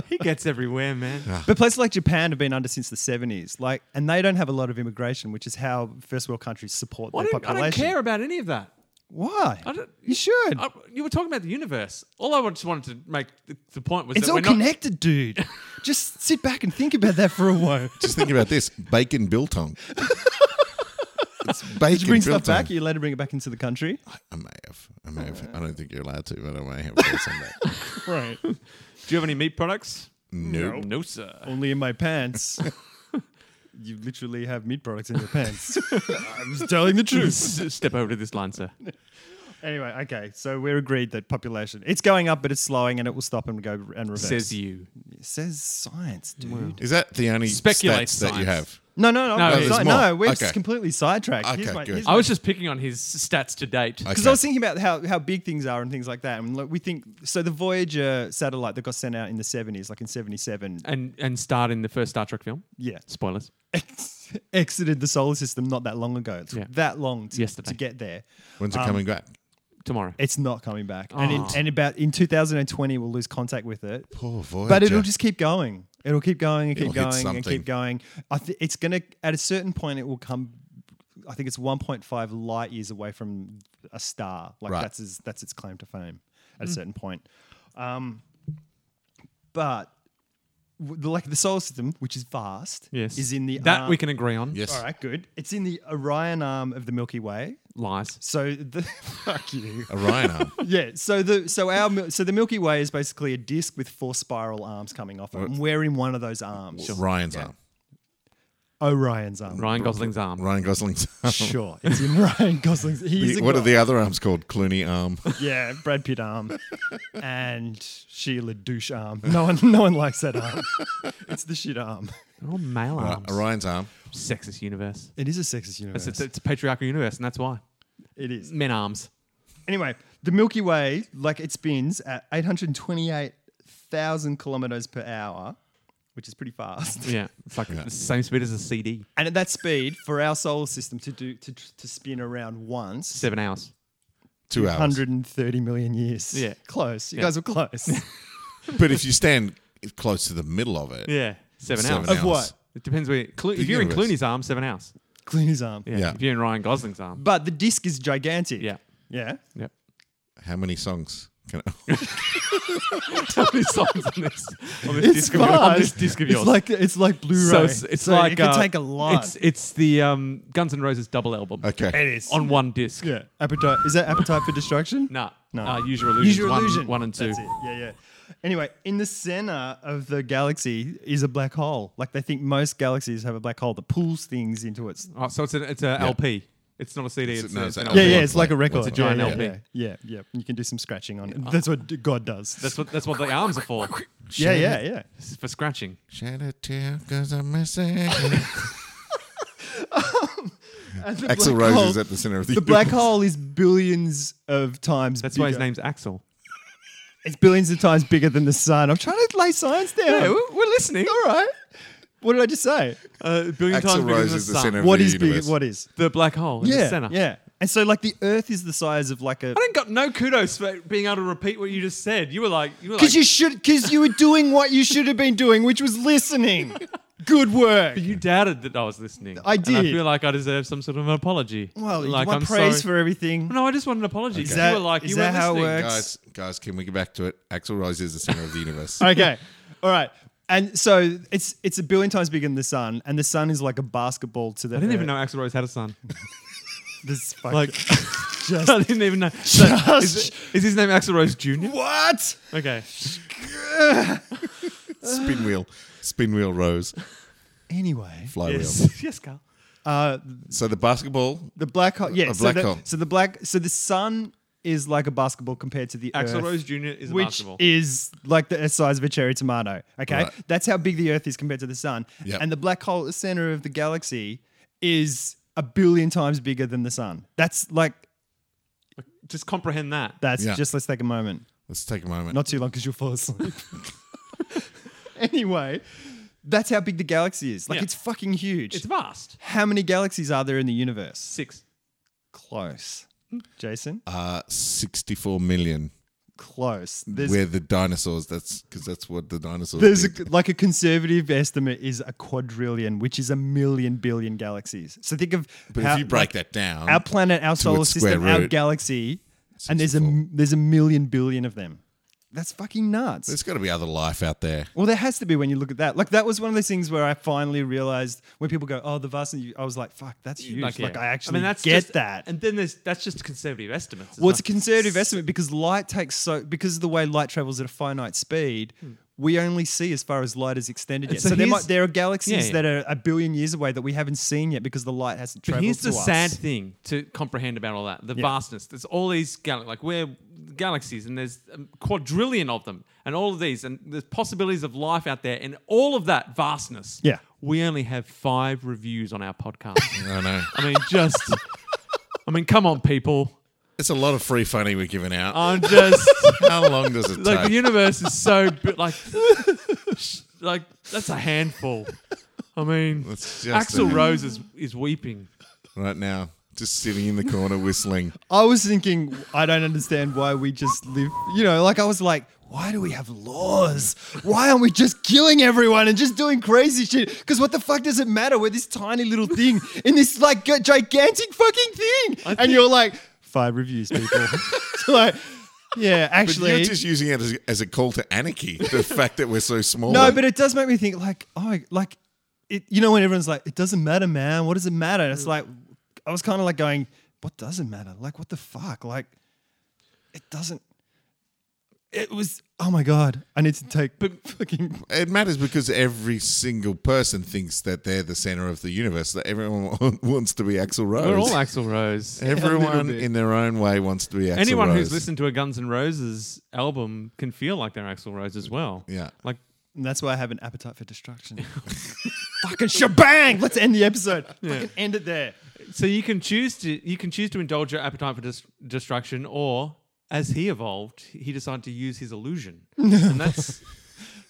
He gets everywhere, man.
uh,
But places like Japan have been under since the seventies, like, and they don't have a lot of immigration, which is how first world countries support
I
their
don't, I
population.
don't care about any of that.
Why?
I don't-
you should.
I, you were talking about the universe. All I just wanted to make the, the point was
it's
that
all
we're not.
connected, dude. Just sit back and think about that for a while.
Just think about this: bacon biltong. it's bacon
Did you bring
biltong.
stuff back? You later bring it back into the country,
I may have. I may have. I don't think you're allowed to, but I may have on Sunday.
right?
Do you have any meat products?
No.
No, sir.
Only in my pants. you literally have meat products in your pants. I was telling the truth.
Step over to this line, sir.
Anyway, okay. So we're agreed that population it's going up, but it's slowing, and it will stop and go and reverse.
Says you.
Says science, dude.
Is that the only
Speculate
stats that you
science.
have?
No, no, no.
No,
No,
there's
si-
more.
no we're
Okay.
just completely sidetracked.
Okay, good.
I was just picking on his stats to date.
Okay.
because I was thinking about how, how big things are and things like that. And like, we think so. The Voyager satellite that got sent out in the 70s, like in 77,
And and starred in the first Star Trek film.
yeah,
Spoilers.
ex- exited the solar system not that long ago. It took
Yeah.
that long to,
Yesterday.
to get there.
When's it
Um,
coming back?
Tomorrow.
It's not coming back. And, in,
Oh.
and about in 2020, we'll lose contact with it.
Poor Voyager.
But it'll just keep going. It'll keep going and keep
It'll hit
going and
something.
keep going. I think it's gonna at a certain point it will come. I think it's 1.5 light years away from a star. Like
Right.
that's his, that's its claim to fame at a
Mm.
certain point. Um, but w- the- like the solar system, which is vast,
yes.
is in the
that
arm-
we can agree on.
yes.
All right, good. It's in the Orion arm of the Milky Way.
Lies.
So the fuck you.
Orion arm.
Yeah, so the so our mil- so the Milky Way is basically a disc with four spiral arms coming off it. And we're in one of those arms.
Ryan's arm.
Orion's arm.
Ryan Gosling's arm.
Ryan Gosling's arm.
Sure, it's in Ryan Gosling's. He's
The-
a
what are
guy.
the other arms called? Clooney arm.
Yeah, Brad Pitt arm and Sheila douche arm. No one, no one likes that arm. It's the shit arm.
They're all Oh, male arms.
Orion's arm.
Sexist universe.
It is a sexist universe.
It's, it's, it's a patriarchal universe, and that's why.
it is.
Men arms.
Anyway, the Milky Way, like it spins at 828,000 kilometers per hour, which is pretty fast.
Yeah. It's like the same speed as a CD.
And at that speed, for our solar system to do to, to spin around once,
Seven hours.
Two hours.
130 million years.
Yeah.
Close. You
Yeah.
guys were close.
But if you stand close to the middle of it,
Yeah. Seven,
Seven
hours.
hours.
of what?
It depends where. Clo- if you're
universe.
in Clooney's arm, seven hours.
Clooney's arm.
Yeah.
Yeah.
If you're in Ryan Gosling's arm.
But the disc is gigantic.
Yeah.
Yeah.
Yep.
how many songs? Can I-
How many songs on this? On this disc of yours- on this disc of yours.
It's like it's like Blu-ray.
so it's, it's like
it could
uh,
take a lot.
It's it's the um, Guns N' Roses double album.
okay.
is
on one disc.
yeah. Appetite is that appetite for destruction?
Nah.
No.
Uh, Usual Illusion. one, One and two.
That's it. Yeah, yeah. Anyway, in the center of the galaxy is a black hole. Like they think most galaxies have a black hole that pulls things into its.
Oh, so it's an it's a LP. It's not a CD. It's,
no,
a-
it's
an
an
LP.
Yeah,
Yeah,
yeah.
it's
It's like a
like-
record.
it's a
giant
yeah,
LP.
Yeah, yeah, yeah. You can do some scratching on it. That's what God does.
That's what that's what the arms are for.
yeah, yeah, yeah.
It's for scratching.
Shed a tear 'cause I'm missing. you.
And the
Axel
black
Rose
hole-
is at the center of the,
The black
universe.
hole is billions of times.
That's why his
bigger.
name's Axel.
It's billions of times bigger than the sun. I'm trying to lay science down.
listening.
All right. What did I just say?
Uh, a billion
Axel
times bigger
Rose
than
is the
sun.
center of
What
the
is bigger?
universe.
What is?
The black hole in the
Yeah,
center.
yeah. And so, like, the Earth is the size of like a.
I don't got no kudos for being able to repeat what you just said. You were like, you were like,
Because you should, because you were doing what you should have been doing, which was listening. Good work.
you doubted that I was listening.
I
And I
did.
feel like I deserve some sort of an apology.
Well,
like
you want praise for everything.
No, I just want an apology.
Is
'cause
that-
you were like,
is
you
that
weren't
how it
listening.
works?
Guys, guys, can we get back to it? Axel Rose is the center of the universe.
Okay. All right. And so it's it's a billion times bigger than the sun, and the sun is like a basketball to the.
I didn't even know Axel Rose had a son.
This fucking-
Like,
just
I didn't even know. So, is, is his name Axel Rose Jr.?
what?
Okay.
Spin wheel. Spin wheel Rose.
Anyway,
Flywheel.
Yes. yes, Carl.
uh,
So the basketball.
the black hole. Yeah.
A
so
black
the,
hole.
So the black. So the sun is like a basketball compared to the
Axel
Earth.
Rose Jr. is a
which
basketball.
is like the size of a cherry tomato. Okay,
Right.
that's how big the Earth is compared to the Sun.
Yep.
And the black hole at the center of the galaxy is a billion times bigger than the Sun. That's like
just comprehend that.
that's
Yeah.
just let's take a moment,
Let's take a moment.
not too long because you'll fall asleep. anyway, that's how big the galaxy is. Like
Yeah.
it's fucking huge.
It's vast.
how many galaxies are there in the universe?
Six.
Close, Jason.
uh, 64 million.
Close. There's
We're the dinosaurs. That's because that's what the dinosaurs.
There's
did.
a, like a conservative estimate is a quadrillion, which is a million billion galaxies. So think of
but
how,
if you break
like,
that down,
our planet, our solar
its square
system, our
root,
galaxy, and there's a
64.
there's a million billion of them. That's fucking nuts.
there's got to be other life out there.
well, there has to be when you look at that. Like that was one of those things where I finally realized when people go, "Oh, the vastness," I was like, "Fuck, that's huge!" Like,
yeah.
I actually get
just-
that.
And then there's that's just conservative estimates. It's
Well, it's a
not-
conservative estimate because light takes so because of the way light travels at a finite speed, we only see as far as light is extended yet.
Hmm. so
So, there
here's-
might there are galaxies
yeah.
that are a billion years away that we haven't seen yet because the light hasn't
But
traveled.
here's the
to us.
sad thing to comprehend about all that: the vastness. There's all these gal- like we're galaxies, and there's a quadrillion of them, and all of these, and there's possibilities of life out there, and all of that vastness.
Yeah.
we only have five reviews on our podcast.
I know.
I mean, just, I mean, come on, people.
It's a lot of free funny we're giving out.
Uh,
I'm just
How long does it
like the
take?
universe is so bi- like, sh- like that's a handful. I mean,
That's just
Axel
a-
Rose is is weeping.
right now, just sitting in the corner whistling.
I was thinking, I don't understand why we just live. You know, like I was like, why do we have laws? Why aren't we just killing everyone and just doing crazy shit? Because what the fuck does it matter? We're this tiny little thing in this like gi- gigantic fucking thing, and you're like, five reviews, people. It's like, yeah,
But
actually,
you're just using it as, as a call to anarchy. The fact that we're so small.
no, but it does make me think, like, oh, like, it, you know, when everyone's like, it doesn't matter, man. What does it matter? It's like, I was kind of like going, what doesn't matter? Like, what the fuck? Like, it doesn't. It was oh my god! I need to take but fucking
It matters because every single person thinks that they're the center of the universe. That everyone wants to be Axl Rose.
We're all Axl Rose.
Everyone in their own way wants to be Axl
Anyone
Rose.
who's listened to a Guns N' Roses album can feel like they're Axl Rose as well.
Yeah.
Like
And that's why I have an appetite for destruction. fucking shebang! Let's end the episode. Fucking end it there.
so you can choose to you can choose to indulge your appetite for dis- destruction or as he evolved, he decided to use his illusion. and that's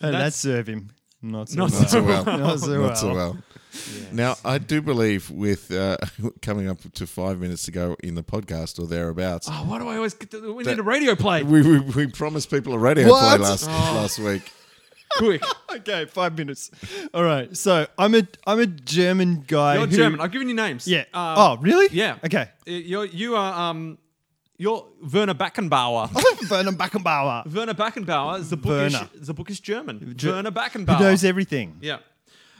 And that
That's-
serve him. Not so
Not
well.
so well.
Not so
Not so
well.
well. Now, I do believe with uh, coming up to five minutes to go in the podcast or thereabouts,
oh, why do I always get to, we need a radio play
we, we, we promised people a radio
What?
play
Oh.
last, last week.
quick.
Okay, five minutes. All right. So I'm a I'm a German guy.
You're
who-
German. I've given you names.
Yeah.
Um,
oh, really?
yeah.
Okay.
You're you are um you're Werner Beckenbauer.
Werner Beckenbauer.
Werner Beckenbauer is the bookish
Werner.
the book is German.
Ge-
Werner Beckenbauer.
Who knows everything?
Yeah.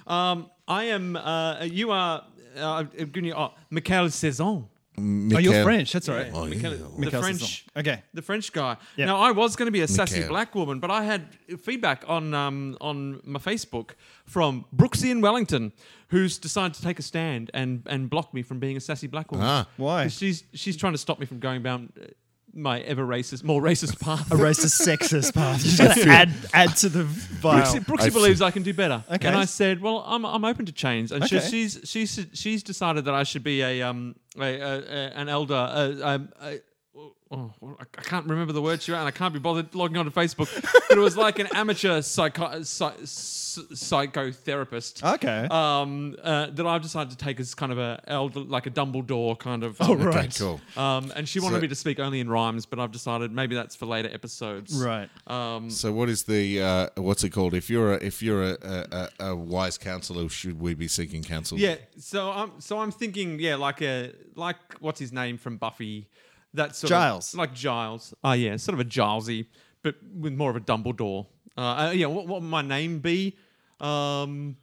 Um, I am. Uh, you are. Uh, I've given you. Oh, Michael Saison.
Oh, you're
Mikhail-
French. That's all right.
Oh, yeah.
the
Mikhail
French.
Saison. Okay.
The French guy.
Yeah.
Now I was going to be a sassy
Mikhail.
black woman, but I had feedback on um, on my Facebook from Brooksy in Wellington, who's decided to take a stand and and block me from being a sassy black woman.
Ah.
Why?
'Cause She's she's trying to stop me from going down uh, my ever racist, more racist path.
A racist, sexist part. You just gotta add add to the
Brooksy,
vile.
I
Brooksy
see.
believes I can do better.
Oh. Okay.
And I said, well, I'm, I'm open to change. And
Okay.
she, she's, she's she's decided that I should be a um a, a, a an elder. A, um, a, oh, I can't remember the word she ran. I can't be bothered logging on to Facebook. but it was like an amateur psycho, psy, s- psychotherapist.
Okay.
Um, uh, that I've decided to take as kind of a elder, like a Dumbledore kind of.
Oh,
um,
right.
Okay, cool.
Um, and she wanted
So-
me to speak only in rhymes, but I've decided maybe that's for later episodes.
Right.
Um,
So what is the uh, what's it called? If you're a if you're a, a, a, a wise counselor, should we be seeking counsel?
Yeah, so I'm so I'm thinking, yeah, like a like what's his name from Buffy, that sort
Giles.
of, like Giles. Oh yeah, sort of a Gilesy, but with more of a Dumbledore. Uh, uh, yeah, what, what would my name be? Um,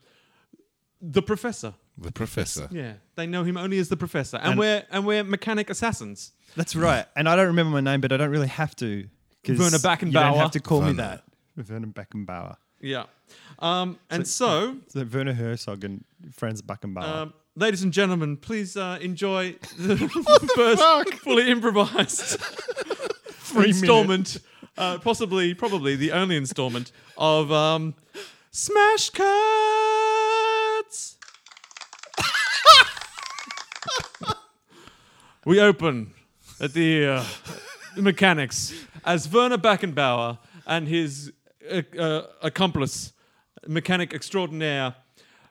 the Professor.
the professor.
Yeah, they know him only as the Professor, and,
And-
we're and we're mechanic assassins.
That's right. And I don't remember my name, but I don't really have to. 'cause
Werner
You don't
Beckenbauer.
have to call me
Werner.
that. Werner Beckenbauer.
Yeah, um, and so,
So Werner Herzog and Franz Beckenbauer.
um, ladies and gentlemen, please uh, enjoy the first fully improvised. installment, uh, possibly, probably the only installment of um, Smash Cuts. we open at the uh, mechanics as Werner Beckenbauer and his uh, uh, accomplice, mechanic extraordinaire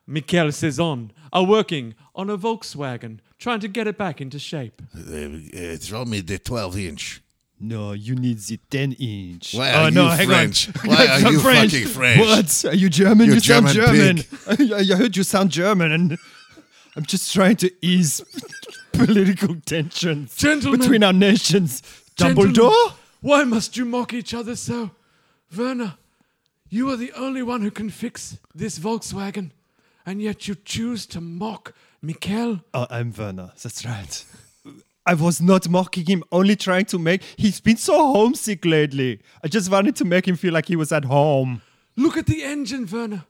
Michael Saison, are working on a Volkswagen, trying to get it back into shape.
Uh, uh, throw me the twelve inch.
no, you need the 10 inch. Oh,
Why are you French? Why are
I'm
you fucking French?
What? Are you German?
You're
you sound
German
German. I, I heard you sound German and I'm just trying to ease political tensions
Gentlemen.
between our nations.
Gentlemen,
Dumbledore?
Why must you mock each other so? Werner, you are the only one who can fix this Volkswagen, and yet you choose to mock Mikel.
Oh, I'm Werner. That's right. I was not mocking him, only trying to make. He's been so homesick lately. I just wanted to make him feel like he was at home.
Look at the engine, Werner.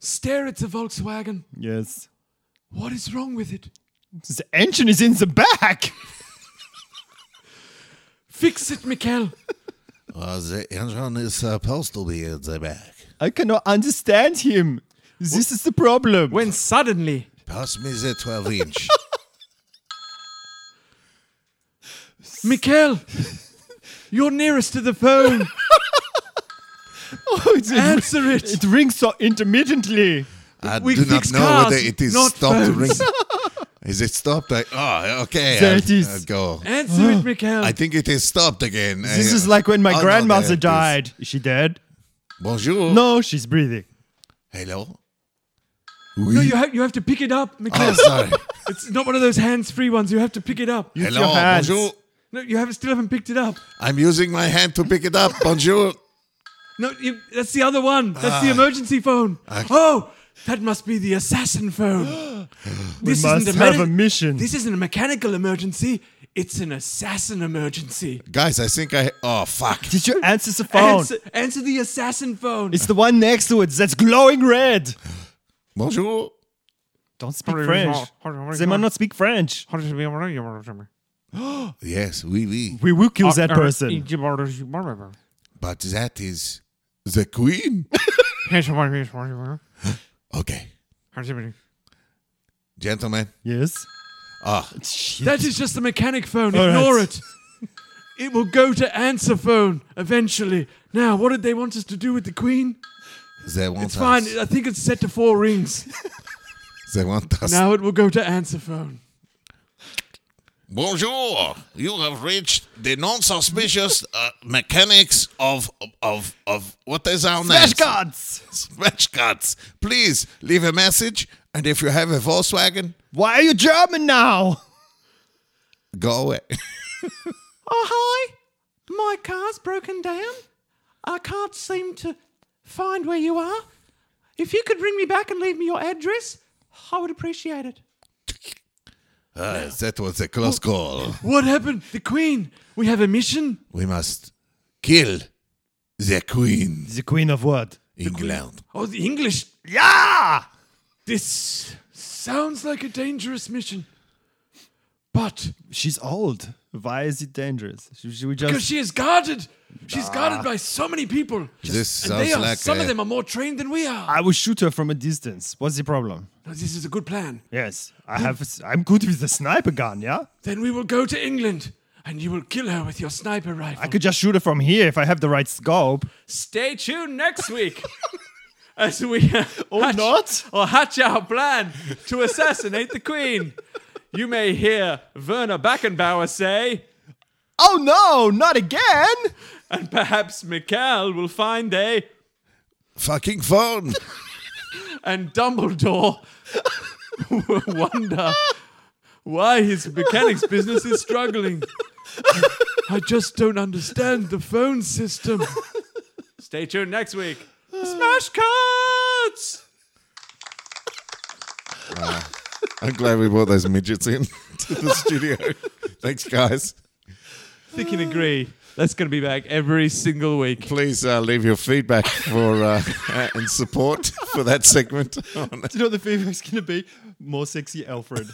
Stare at the Volkswagen.
Yes.
What is wrong with it?
The engine is in the back.
Fix it, Mikel.
Uh, the engine is supposed to be at the back.
I cannot understand him. This is the problem.
When suddenly,
Pass me the twelve inch.
Mikel, you're nearest to the phone.
Oh, it's-
Answer it.
It rings so intermittently.
I
We
do not
fix
know
cars,
whether it is
not
stopped.
phones.
ring- Is it stopped? I, oh, okay.
There
I'll-
it is.
I'll go.
Answer it, Mikel.
Ah. I think it is stopped again.
This
Uh,
is like when my
oh, no,
grandmother
there it is.
died. Is she dead?
Bonjour.
No, she's breathing.
Hello.
no,
Oui.
you have, you have to pick it up, Mikel.
Oh, sorry.
It's not one of those hands-free ones. You have to pick it up.
Use
Hello.
your hands.
Bonjour.
No, you haven't still haven't picked it up.
I'm using my hand to pick it up. Bonjour.
No, you, that's the other one. That's the
Ah.
emergency phone. oh, that must be the assassin phone. this
must have a mission.
This isn't a mechanical emergency. It's an assassin emergency.
Guys, I think I. Oh, fuck.
Did you answer the phone?
Answer, answer the assassin phone.
It's the one next to it that's glowing red.
Bonjour.
Don't speak French. They might not speak French.
Yes, oui, oui.
We will kill that person.
But that is the queen. Okay. Gentlemen.
Yes.
Ah,
That is just a mechanic phone.
All right.
Ignore it. It will go to answer phone eventually. Now, what did they want us to do with the queen?
they want
It's
us.
fine. I think it's set to four rings.
They want us.
now it will go to answer phone.
Bonjour. You have reached the non-suspicious uh, mechanics of of of what is our name?
Flash cards.
Smash cards. Please leave a message, and if you have a Volkswagen,
Why are you German now?
go away.
Oh, hi. My car's broken down. I can't seem to find where you are. If you could ring me back and leave me your address, I would appreciate it.
Ah, that was a close call.
What happened? The queen. We have a mission.
We must kill the Queen,
The queen of what?
England.
Oh, the English.
Yeah.
This sounds like a dangerous mission. But
She's old. Why is it dangerous? Should should we
because
just?
she is guarded, she's guarded by so many people.
This
and they
sounds
are,
like
some
a-
of them are more trained than we are.
I will shoot her from a distance. What's the problem?
Now, this is a good plan.
Yes, I have. a s- I'm good with the sniper gun. Yeah,
Then we will go to England, and you will kill her with your sniper rifle.
I could just shoot her from here if I have the right scope.
Stay tuned next week as we uh, or
not.
or hatch our plan to assassinate the Queen. You may hear Werner Backenbauer say,
Oh no! Not again!
and perhaps Mikhail will find a
Fucking phone.
and Dumbledore will wonder why his mechanics business is struggling. I just don't understand the phone system. Stay tuned next week. Smash cards!
I'm glad we brought those midgets in to the studio. Thanks, guys.
think you'd agree. That's going to be back every single week.
Please uh, leave your feedback for uh, and support for that segment on
Do you know what the feedback's gonna be? More sexy Alfred.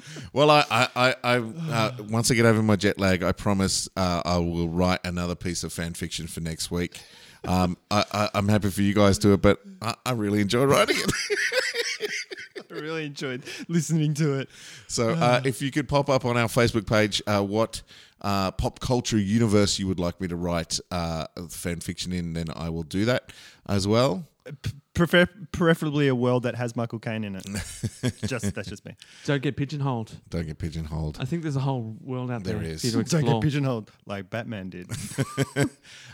Well, I, I, I, I uh, once I get over my jet lag, I promise uh, I will write another piece of fan fiction for next week. Um, I, I, I'm happy for you guys to it, but I, I really enjoy writing it.
I really enjoyed listening to it.
So, uh, if you could pop up on our Facebook page, uh, what uh, pop culture universe you would like me to write uh, fan fiction in, then I will do that as well.
Prefer- preferably a world that has Michael Caine in it. just that's just me.
Don't get pigeonholed.
Don't get pigeonholed.
I think there's a whole world out there,
There
for you
is.
to
Don't
explore.
get pigeonholed like Batman did.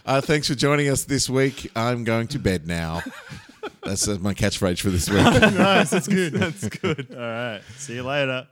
Uh, thanks for joining us this week. I'm going to bed now. That's uh, my catchphrase for this week.
Uh,
nice, that's good. that's good. All right. See you later.